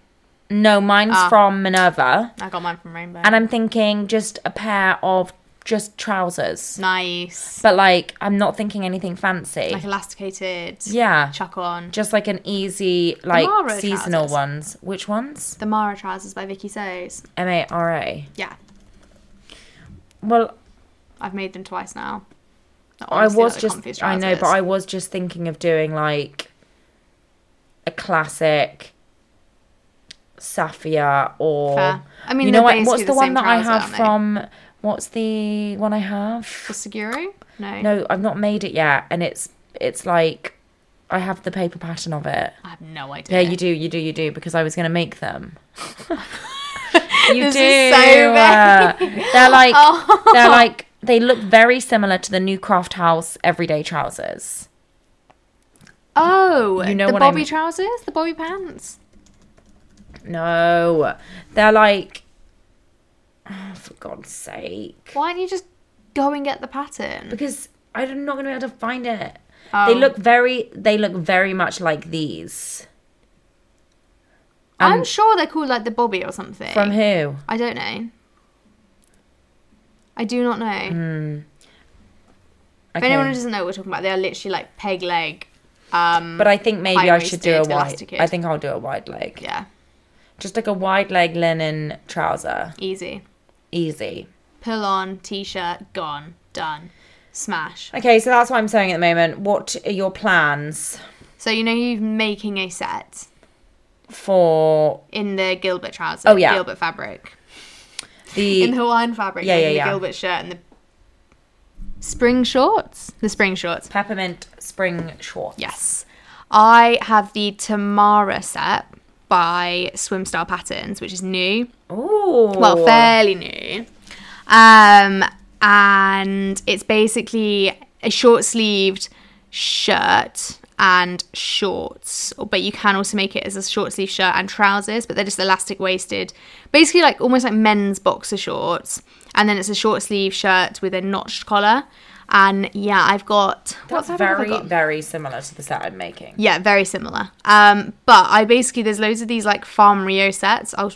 Speaker 1: No, mine's
Speaker 2: Ah.
Speaker 1: from Minerva.
Speaker 2: I got mine from Rainbow.
Speaker 1: And I'm thinking just a pair of just trousers.
Speaker 2: nice,
Speaker 1: But like, I'm not thinking anything fancy.
Speaker 2: like elasticated.
Speaker 1: yeah.
Speaker 2: Chuck on
Speaker 1: Just like an easy, like
Speaker 2: Mara
Speaker 1: seasonal
Speaker 2: trousers.
Speaker 1: ones. Which ones?
Speaker 2: the Mara trousers by Vicky So's.
Speaker 1: M A R A.
Speaker 2: Yeah,
Speaker 1: Well,
Speaker 2: I've made them twice now.
Speaker 1: I was just, I know, but I was just thinking of doing like a classic Safia or.
Speaker 2: Fair. I mean,
Speaker 1: you
Speaker 2: they're
Speaker 1: know what?
Speaker 2: basically
Speaker 1: What's the,
Speaker 2: the
Speaker 1: one
Speaker 2: same
Speaker 1: that
Speaker 2: trouser,
Speaker 1: I have
Speaker 2: aren't they?
Speaker 1: from? What's the one I
Speaker 2: the
Speaker 1: have?
Speaker 2: Seguro. No,
Speaker 1: No, I've not made it yet, and it's it's like I have the paper pattern of it.
Speaker 2: I have no
Speaker 1: Yeah,
Speaker 2: idea.
Speaker 1: you do, you do, you do, because I was gonna make them. you
Speaker 2: This
Speaker 1: do.
Speaker 2: is so
Speaker 1: uh, they're like
Speaker 2: Oh.
Speaker 1: they're like they look very similar to the new Craft House everyday trousers.
Speaker 2: Oh,
Speaker 1: You know
Speaker 2: the
Speaker 1: what I
Speaker 2: bobby
Speaker 1: mean.
Speaker 2: trousers, the bobby pants.
Speaker 1: No, they're like, oh, for God's sake,
Speaker 2: Why don't you just go and get the pattern? Oh.
Speaker 1: because I'm not gonna be able to find it. They look very they look very much like these. Um,
Speaker 2: I'm sure they're called like the Bobby or something.
Speaker 1: From who?
Speaker 2: I don't know. I do not know. If
Speaker 1: Mm, Okay.
Speaker 2: anyone who doesn't know what we're talking about, they are literally like peg leg. Um,
Speaker 1: But I think maybe I should do a
Speaker 2: high-waisted
Speaker 1: wide.
Speaker 2: elasticated.
Speaker 1: I think I'll do a wide leg.
Speaker 2: yeah,
Speaker 1: Just like a wide leg linen trouser.
Speaker 2: easy.
Speaker 1: Easy.
Speaker 2: Pull on, t-shirt, gone, done, smash.
Speaker 1: Okay, so that's what I'm saying at the moment. What are your plans
Speaker 2: So you know you're making a set
Speaker 1: for
Speaker 2: in the Gilbert trousers.
Speaker 1: Oh, yeah.
Speaker 2: Gilbert fabric.
Speaker 1: the?
Speaker 2: in the Hawaiian fabric.
Speaker 1: Yeah,
Speaker 2: and
Speaker 1: yeah,
Speaker 2: the
Speaker 1: yeah.
Speaker 2: Gilbert shirt and the spring shorts. The spring shorts.
Speaker 1: Peppermint spring shorts.
Speaker 2: Yes. I have the Tamara set by Swim Style Patterns, which is new.
Speaker 1: Ooh.
Speaker 2: Well, fairly new. Um, and it's basically a short sleeved shirt and shorts, but you can also make it as a short sleeve shirt and trousers, but they're just elastic waisted, basically like almost like men's boxer shorts. And then it's a short sleeve shirt with a notched collar. And yeah, I've got what
Speaker 1: That's
Speaker 2: fabric have I
Speaker 1: very,
Speaker 2: got?
Speaker 1: very similar to the set I'm making.
Speaker 2: Yeah, very similar. Um, but I basically there's loads of these like Farm Rio sets. I'll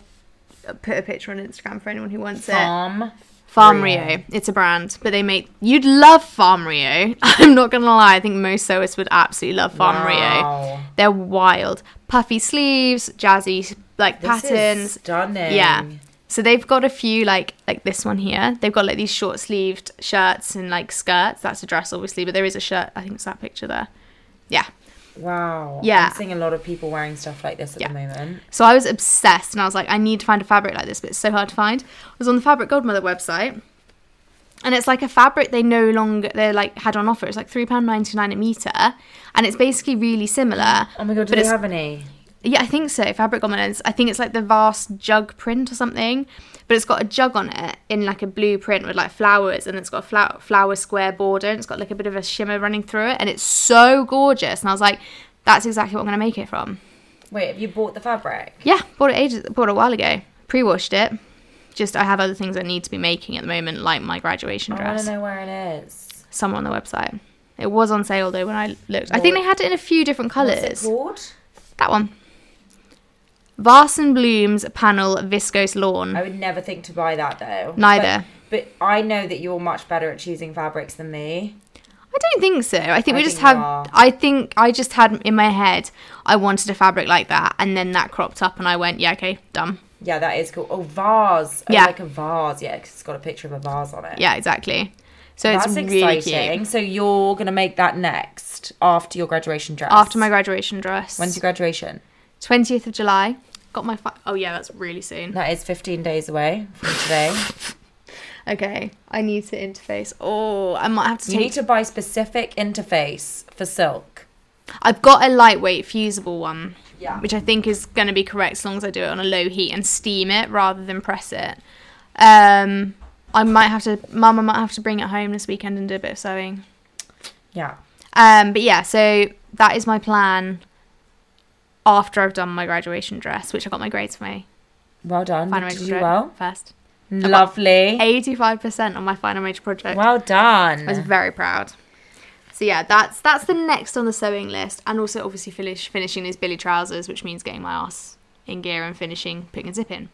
Speaker 2: put a picture on Instagram for anyone who wants it.
Speaker 1: Farm.
Speaker 2: Farm
Speaker 1: Rio.
Speaker 2: Rio. It's a brand, but they make you'd love Farm Rio. I'm not gonna lie, I think most sewists would absolutely love Farm
Speaker 1: Wow.
Speaker 2: Rio. They're wild. Puffy sleeves, jazzy like
Speaker 1: This is
Speaker 2: patterns.
Speaker 1: stunning.
Speaker 2: Yeah. So they've got a few like like this one here. They've got like these short sleeved shirts and like skirts. That's a dress obviously, but there is a shirt. I think it's that picture there. Yeah.
Speaker 1: Wow.
Speaker 2: Yeah.
Speaker 1: I'm seeing a lot of people wearing stuff like this at
Speaker 2: Yeah.
Speaker 1: the moment.
Speaker 2: So I was obsessed and I was like, I need to find a fabric like this, but it's so hard to find. I was on the Fabric Godmother website. And it's like a fabric they no longer they're like had on offer. It's like three pound ninety nine a meter, and it's basically really similar.
Speaker 1: Oh my god, do
Speaker 2: But
Speaker 1: they
Speaker 2: it's-
Speaker 1: have any?
Speaker 2: Yeah, I think so. Fabric Godmother. It's- I think it's like the vast jug print or something, but it's got a jug on it in like a blue print with like flowers, and it's got a flower, flower square border, and it's got like a bit of a shimmer running through it, and it's so gorgeous. And I was like, that's exactly what I'm gonna make it from.
Speaker 1: Wait, have you bought the fabric?
Speaker 2: Yeah, bought it ages, bought it a while ago. Pre-washed it. Just I have other things I need to be making at the moment, like my graduation
Speaker 1: Oh, I want
Speaker 2: dress.
Speaker 1: to know where it is.
Speaker 2: Somewhere on the website. It was on sale though when I looked. I think they had it in a few different
Speaker 1: What's
Speaker 2: colours.
Speaker 1: it called?
Speaker 2: That one. Varson Blooms panel viscose lawn.
Speaker 1: I would never think to buy that though.
Speaker 2: Neither.
Speaker 1: But, but I know that you're much better at choosing fabrics than me.
Speaker 2: I don't think so. I think
Speaker 1: I
Speaker 2: we just
Speaker 1: think you
Speaker 2: have.
Speaker 1: are.
Speaker 2: I think I just had in my head I wanted a fabric like that, and then that cropped up, and I went, yeah, okay, done.
Speaker 1: Yeah, that is cool. Oh, vase. Oh,
Speaker 2: Yeah.
Speaker 1: Like a vase. Yeah, 'cause it's got a picture of a vase on it.
Speaker 2: Yeah, exactly. So
Speaker 1: That's
Speaker 2: it's really
Speaker 1: exciting.
Speaker 2: cute.
Speaker 1: So you're going to make that next after your graduation dress?
Speaker 2: After my graduation dress.
Speaker 1: When's your graduation?
Speaker 2: 20th of July. Got my. Fi- oh, yeah, that's really soon.
Speaker 1: That is 15 days away from today.
Speaker 2: Okay, I need to interface. Oh, I might have to
Speaker 1: you need
Speaker 2: take.
Speaker 1: to buy specific interface for silk.
Speaker 2: I've got a lightweight fusible one.
Speaker 1: Yeah.
Speaker 2: Which I think is going to be correct as long as I do it on a low heat and steam it rather than press it. Um, I might have to. Mum, I might have to bring it home this weekend and do a bit of sewing.
Speaker 1: Yeah.
Speaker 2: Um, but yeah, so that is my plan after I've done my graduation dress, which I got my grades for my
Speaker 1: Well done.
Speaker 2: final
Speaker 1: Did
Speaker 2: major
Speaker 1: you do
Speaker 2: project
Speaker 1: well?
Speaker 2: first. got-
Speaker 1: Lovely.
Speaker 2: 85% on my final major project.
Speaker 1: Well done.
Speaker 2: I was very proud. So yeah, that's that's the next on the sewing list, and also obviously finish finishing these billy trousers, which means getting my ass in gear and finishing putting a zip in.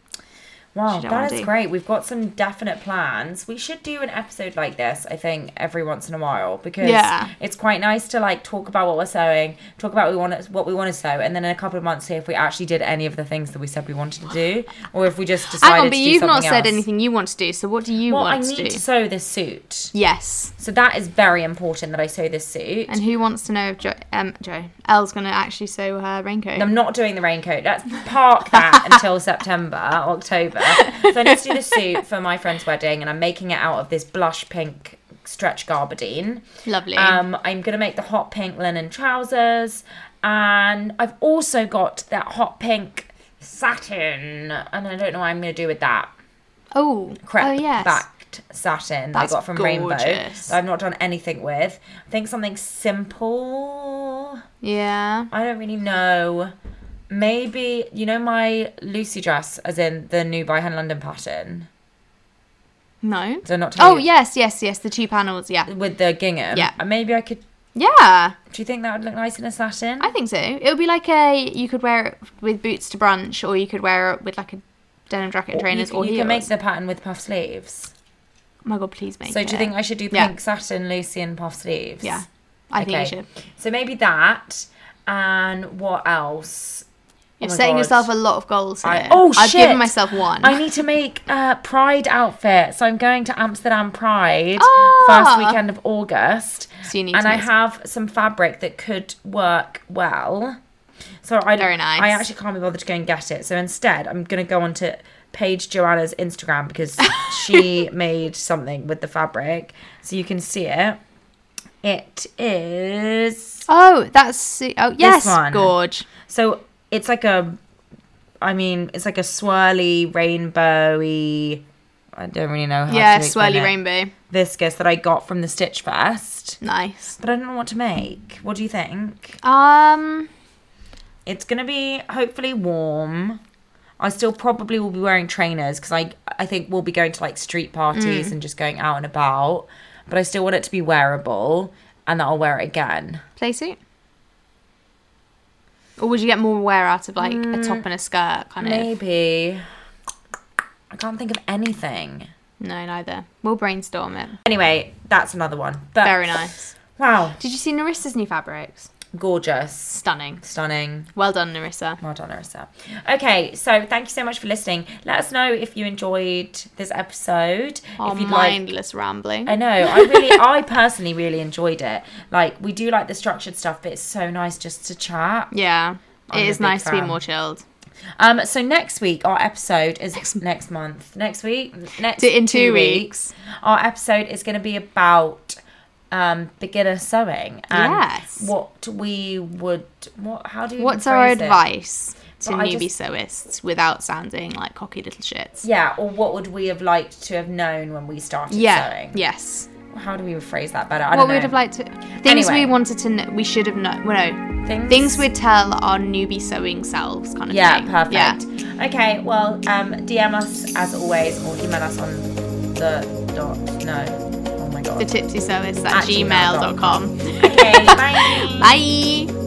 Speaker 1: Wow,
Speaker 2: Should I
Speaker 1: that
Speaker 2: do?
Speaker 1: is great. We've got some definite plans. We should do an episode like this, I think, every once in a while because
Speaker 2: Yeah.
Speaker 1: it's quite nice to like talk about what we're sewing, talk about what we want to, what we want to sew, and then in a couple of months see if we actually did any of the things that we said we wanted to do, or if we just decided
Speaker 2: Hang on,
Speaker 1: to
Speaker 2: but
Speaker 1: do
Speaker 2: you've not
Speaker 1: something
Speaker 2: said
Speaker 1: else.
Speaker 2: anything you want to do. So what do you
Speaker 1: Well, I
Speaker 2: want
Speaker 1: need
Speaker 2: to
Speaker 1: to,
Speaker 2: do?
Speaker 1: sew this suit,
Speaker 2: Yes,
Speaker 1: so that is very important that I sew this suit.
Speaker 2: and who wants to know if jo- um, Joe Elle's going to actually sew her raincoat?
Speaker 1: I'm not doing the raincoat. Let's park that until September, October. So I need to do the suit for my friend's wedding, and I'm making it out of this blush pink stretch gabardine.
Speaker 2: Lovely.
Speaker 1: Um, I'm gonna make the hot pink linen trousers, and I've also got that hot pink satin, and I don't know what I'm gonna do with that
Speaker 2: oh,
Speaker 1: crepe
Speaker 2: oh yes,
Speaker 1: backed satin that I
Speaker 2: That's
Speaker 1: got from Rainbow.
Speaker 2: gorgeous.
Speaker 1: That I've not done anything with. I think something simple.
Speaker 2: yeah.
Speaker 1: I don't really know. Maybe you know my Lucy dress, as in the new by Hen London pattern.
Speaker 2: No.
Speaker 1: So not to
Speaker 2: Oh
Speaker 1: be-
Speaker 2: yes, yes, yes. The two panels. Oh, Yeah.
Speaker 1: with the gingham.
Speaker 2: Yeah.
Speaker 1: Uh, Maybe I could
Speaker 2: Yeah,
Speaker 1: Do you think that would look nice in a satin?
Speaker 2: I think so. It would be like a you could wear it with boots to brunch, or you could wear it with like a denim jacket and trainers,
Speaker 1: you,
Speaker 2: or
Speaker 1: you
Speaker 2: heels.
Speaker 1: can make the pattern with puff sleeves.
Speaker 2: oh my god, please make
Speaker 1: so
Speaker 2: it.
Speaker 1: do you think I should do
Speaker 2: Yeah.
Speaker 1: pink satin, Lucian puff sleeves?
Speaker 2: Yeah, I think you
Speaker 1: Okay. Oh
Speaker 2: should.
Speaker 1: So maybe that, and what else? Oh
Speaker 2: You're
Speaker 1: my
Speaker 2: setting
Speaker 1: God.
Speaker 2: yourself a lot of goals here.
Speaker 1: I- oh,
Speaker 2: I've
Speaker 1: shit.
Speaker 2: given myself one.
Speaker 1: I need to make a Pride outfit. So I'm going to Amsterdam Pride
Speaker 2: Ah.
Speaker 1: first weekend of August.
Speaker 2: So you need
Speaker 1: and
Speaker 2: to
Speaker 1: I
Speaker 2: make-
Speaker 1: have some fabric that could work well. So I
Speaker 2: Very nice.
Speaker 1: I actually can't be bothered to go and get it. So instead, I'm going to go onto Paige Joanna's Instagram because she made something with the fabric. So you can see it. It is
Speaker 2: Oh, that's oh yes,
Speaker 1: one.
Speaker 2: gorge.
Speaker 1: so it's like a, I mean, it's like a swirly, rainbowy. I don't really know how.
Speaker 2: Yeah,
Speaker 1: to explain
Speaker 2: swirly
Speaker 1: it.
Speaker 2: rainbow.
Speaker 1: Viscous that I got from the Stitch Fest,
Speaker 2: Nice.
Speaker 1: but I don't know what to make. What do you think?
Speaker 2: Um,
Speaker 1: It's gonna be hopefully warm. I still probably will be wearing trainers because I I think we'll be going to like street parties
Speaker 2: Mm.
Speaker 1: and just going out and about. But I still want it to be wearable and that I'll wear it again.
Speaker 2: play suit. Or would you get more wear out of like a top and a skirt kind of?
Speaker 1: Mm, Maybe. I can't think of anything.
Speaker 2: No, neither. We'll brainstorm it.
Speaker 1: Anyway, that's another one. But
Speaker 2: Very nice.
Speaker 1: wow,
Speaker 2: Did you see Narissa's new fabrics?
Speaker 1: gorgeous,
Speaker 2: Stunning.
Speaker 1: stunning.
Speaker 2: Well done, Narissa.
Speaker 1: Well done, Arissa. Okay, so thank you so much for listening. Let us know if you enjoyed this episode.
Speaker 2: Our
Speaker 1: if you'd like.
Speaker 2: Oh, mindless rambling.
Speaker 1: I know. I really, I personally really enjoyed it. Like we do like the structured stuff, but it's so nice just to chat.
Speaker 2: yeah,
Speaker 1: I'm
Speaker 2: it
Speaker 1: a
Speaker 2: is
Speaker 1: big
Speaker 2: nice to be
Speaker 1: fan.
Speaker 2: more chilled.
Speaker 1: Um, so next week our episode is next, month. Next week, next
Speaker 2: D- in two
Speaker 1: weeks, our episode is going to be about um beginner sewing and
Speaker 2: Yes.
Speaker 1: what we would what how do you
Speaker 2: What's
Speaker 1: even
Speaker 2: our
Speaker 1: phrase it?
Speaker 2: advice to
Speaker 1: But I
Speaker 2: newbie
Speaker 1: just-
Speaker 2: sewists without sounding like cocky little shits?
Speaker 1: Yeah, or what would we have liked to have known when we started
Speaker 2: Yeah.
Speaker 1: sewing?
Speaker 2: Yes.
Speaker 1: How do we rephrase that better? I
Speaker 2: What
Speaker 1: don't
Speaker 2: we would
Speaker 1: know.
Speaker 2: have liked to. Things
Speaker 1: Anyway.
Speaker 2: we wanted to know. We should have known. Well, no.
Speaker 1: Things-
Speaker 2: Things we'd tell our newbie sewing selves, kind of
Speaker 1: Yeah,
Speaker 2: thing.
Speaker 1: perfect. Okay, well, um, DM us as always or email us on the dot. No. Oh my
Speaker 2: The
Speaker 1: god.
Speaker 2: tipsy sewist at,
Speaker 1: At
Speaker 2: gmail.com.
Speaker 1: gmail.com. Okay, bye.
Speaker 2: Bye.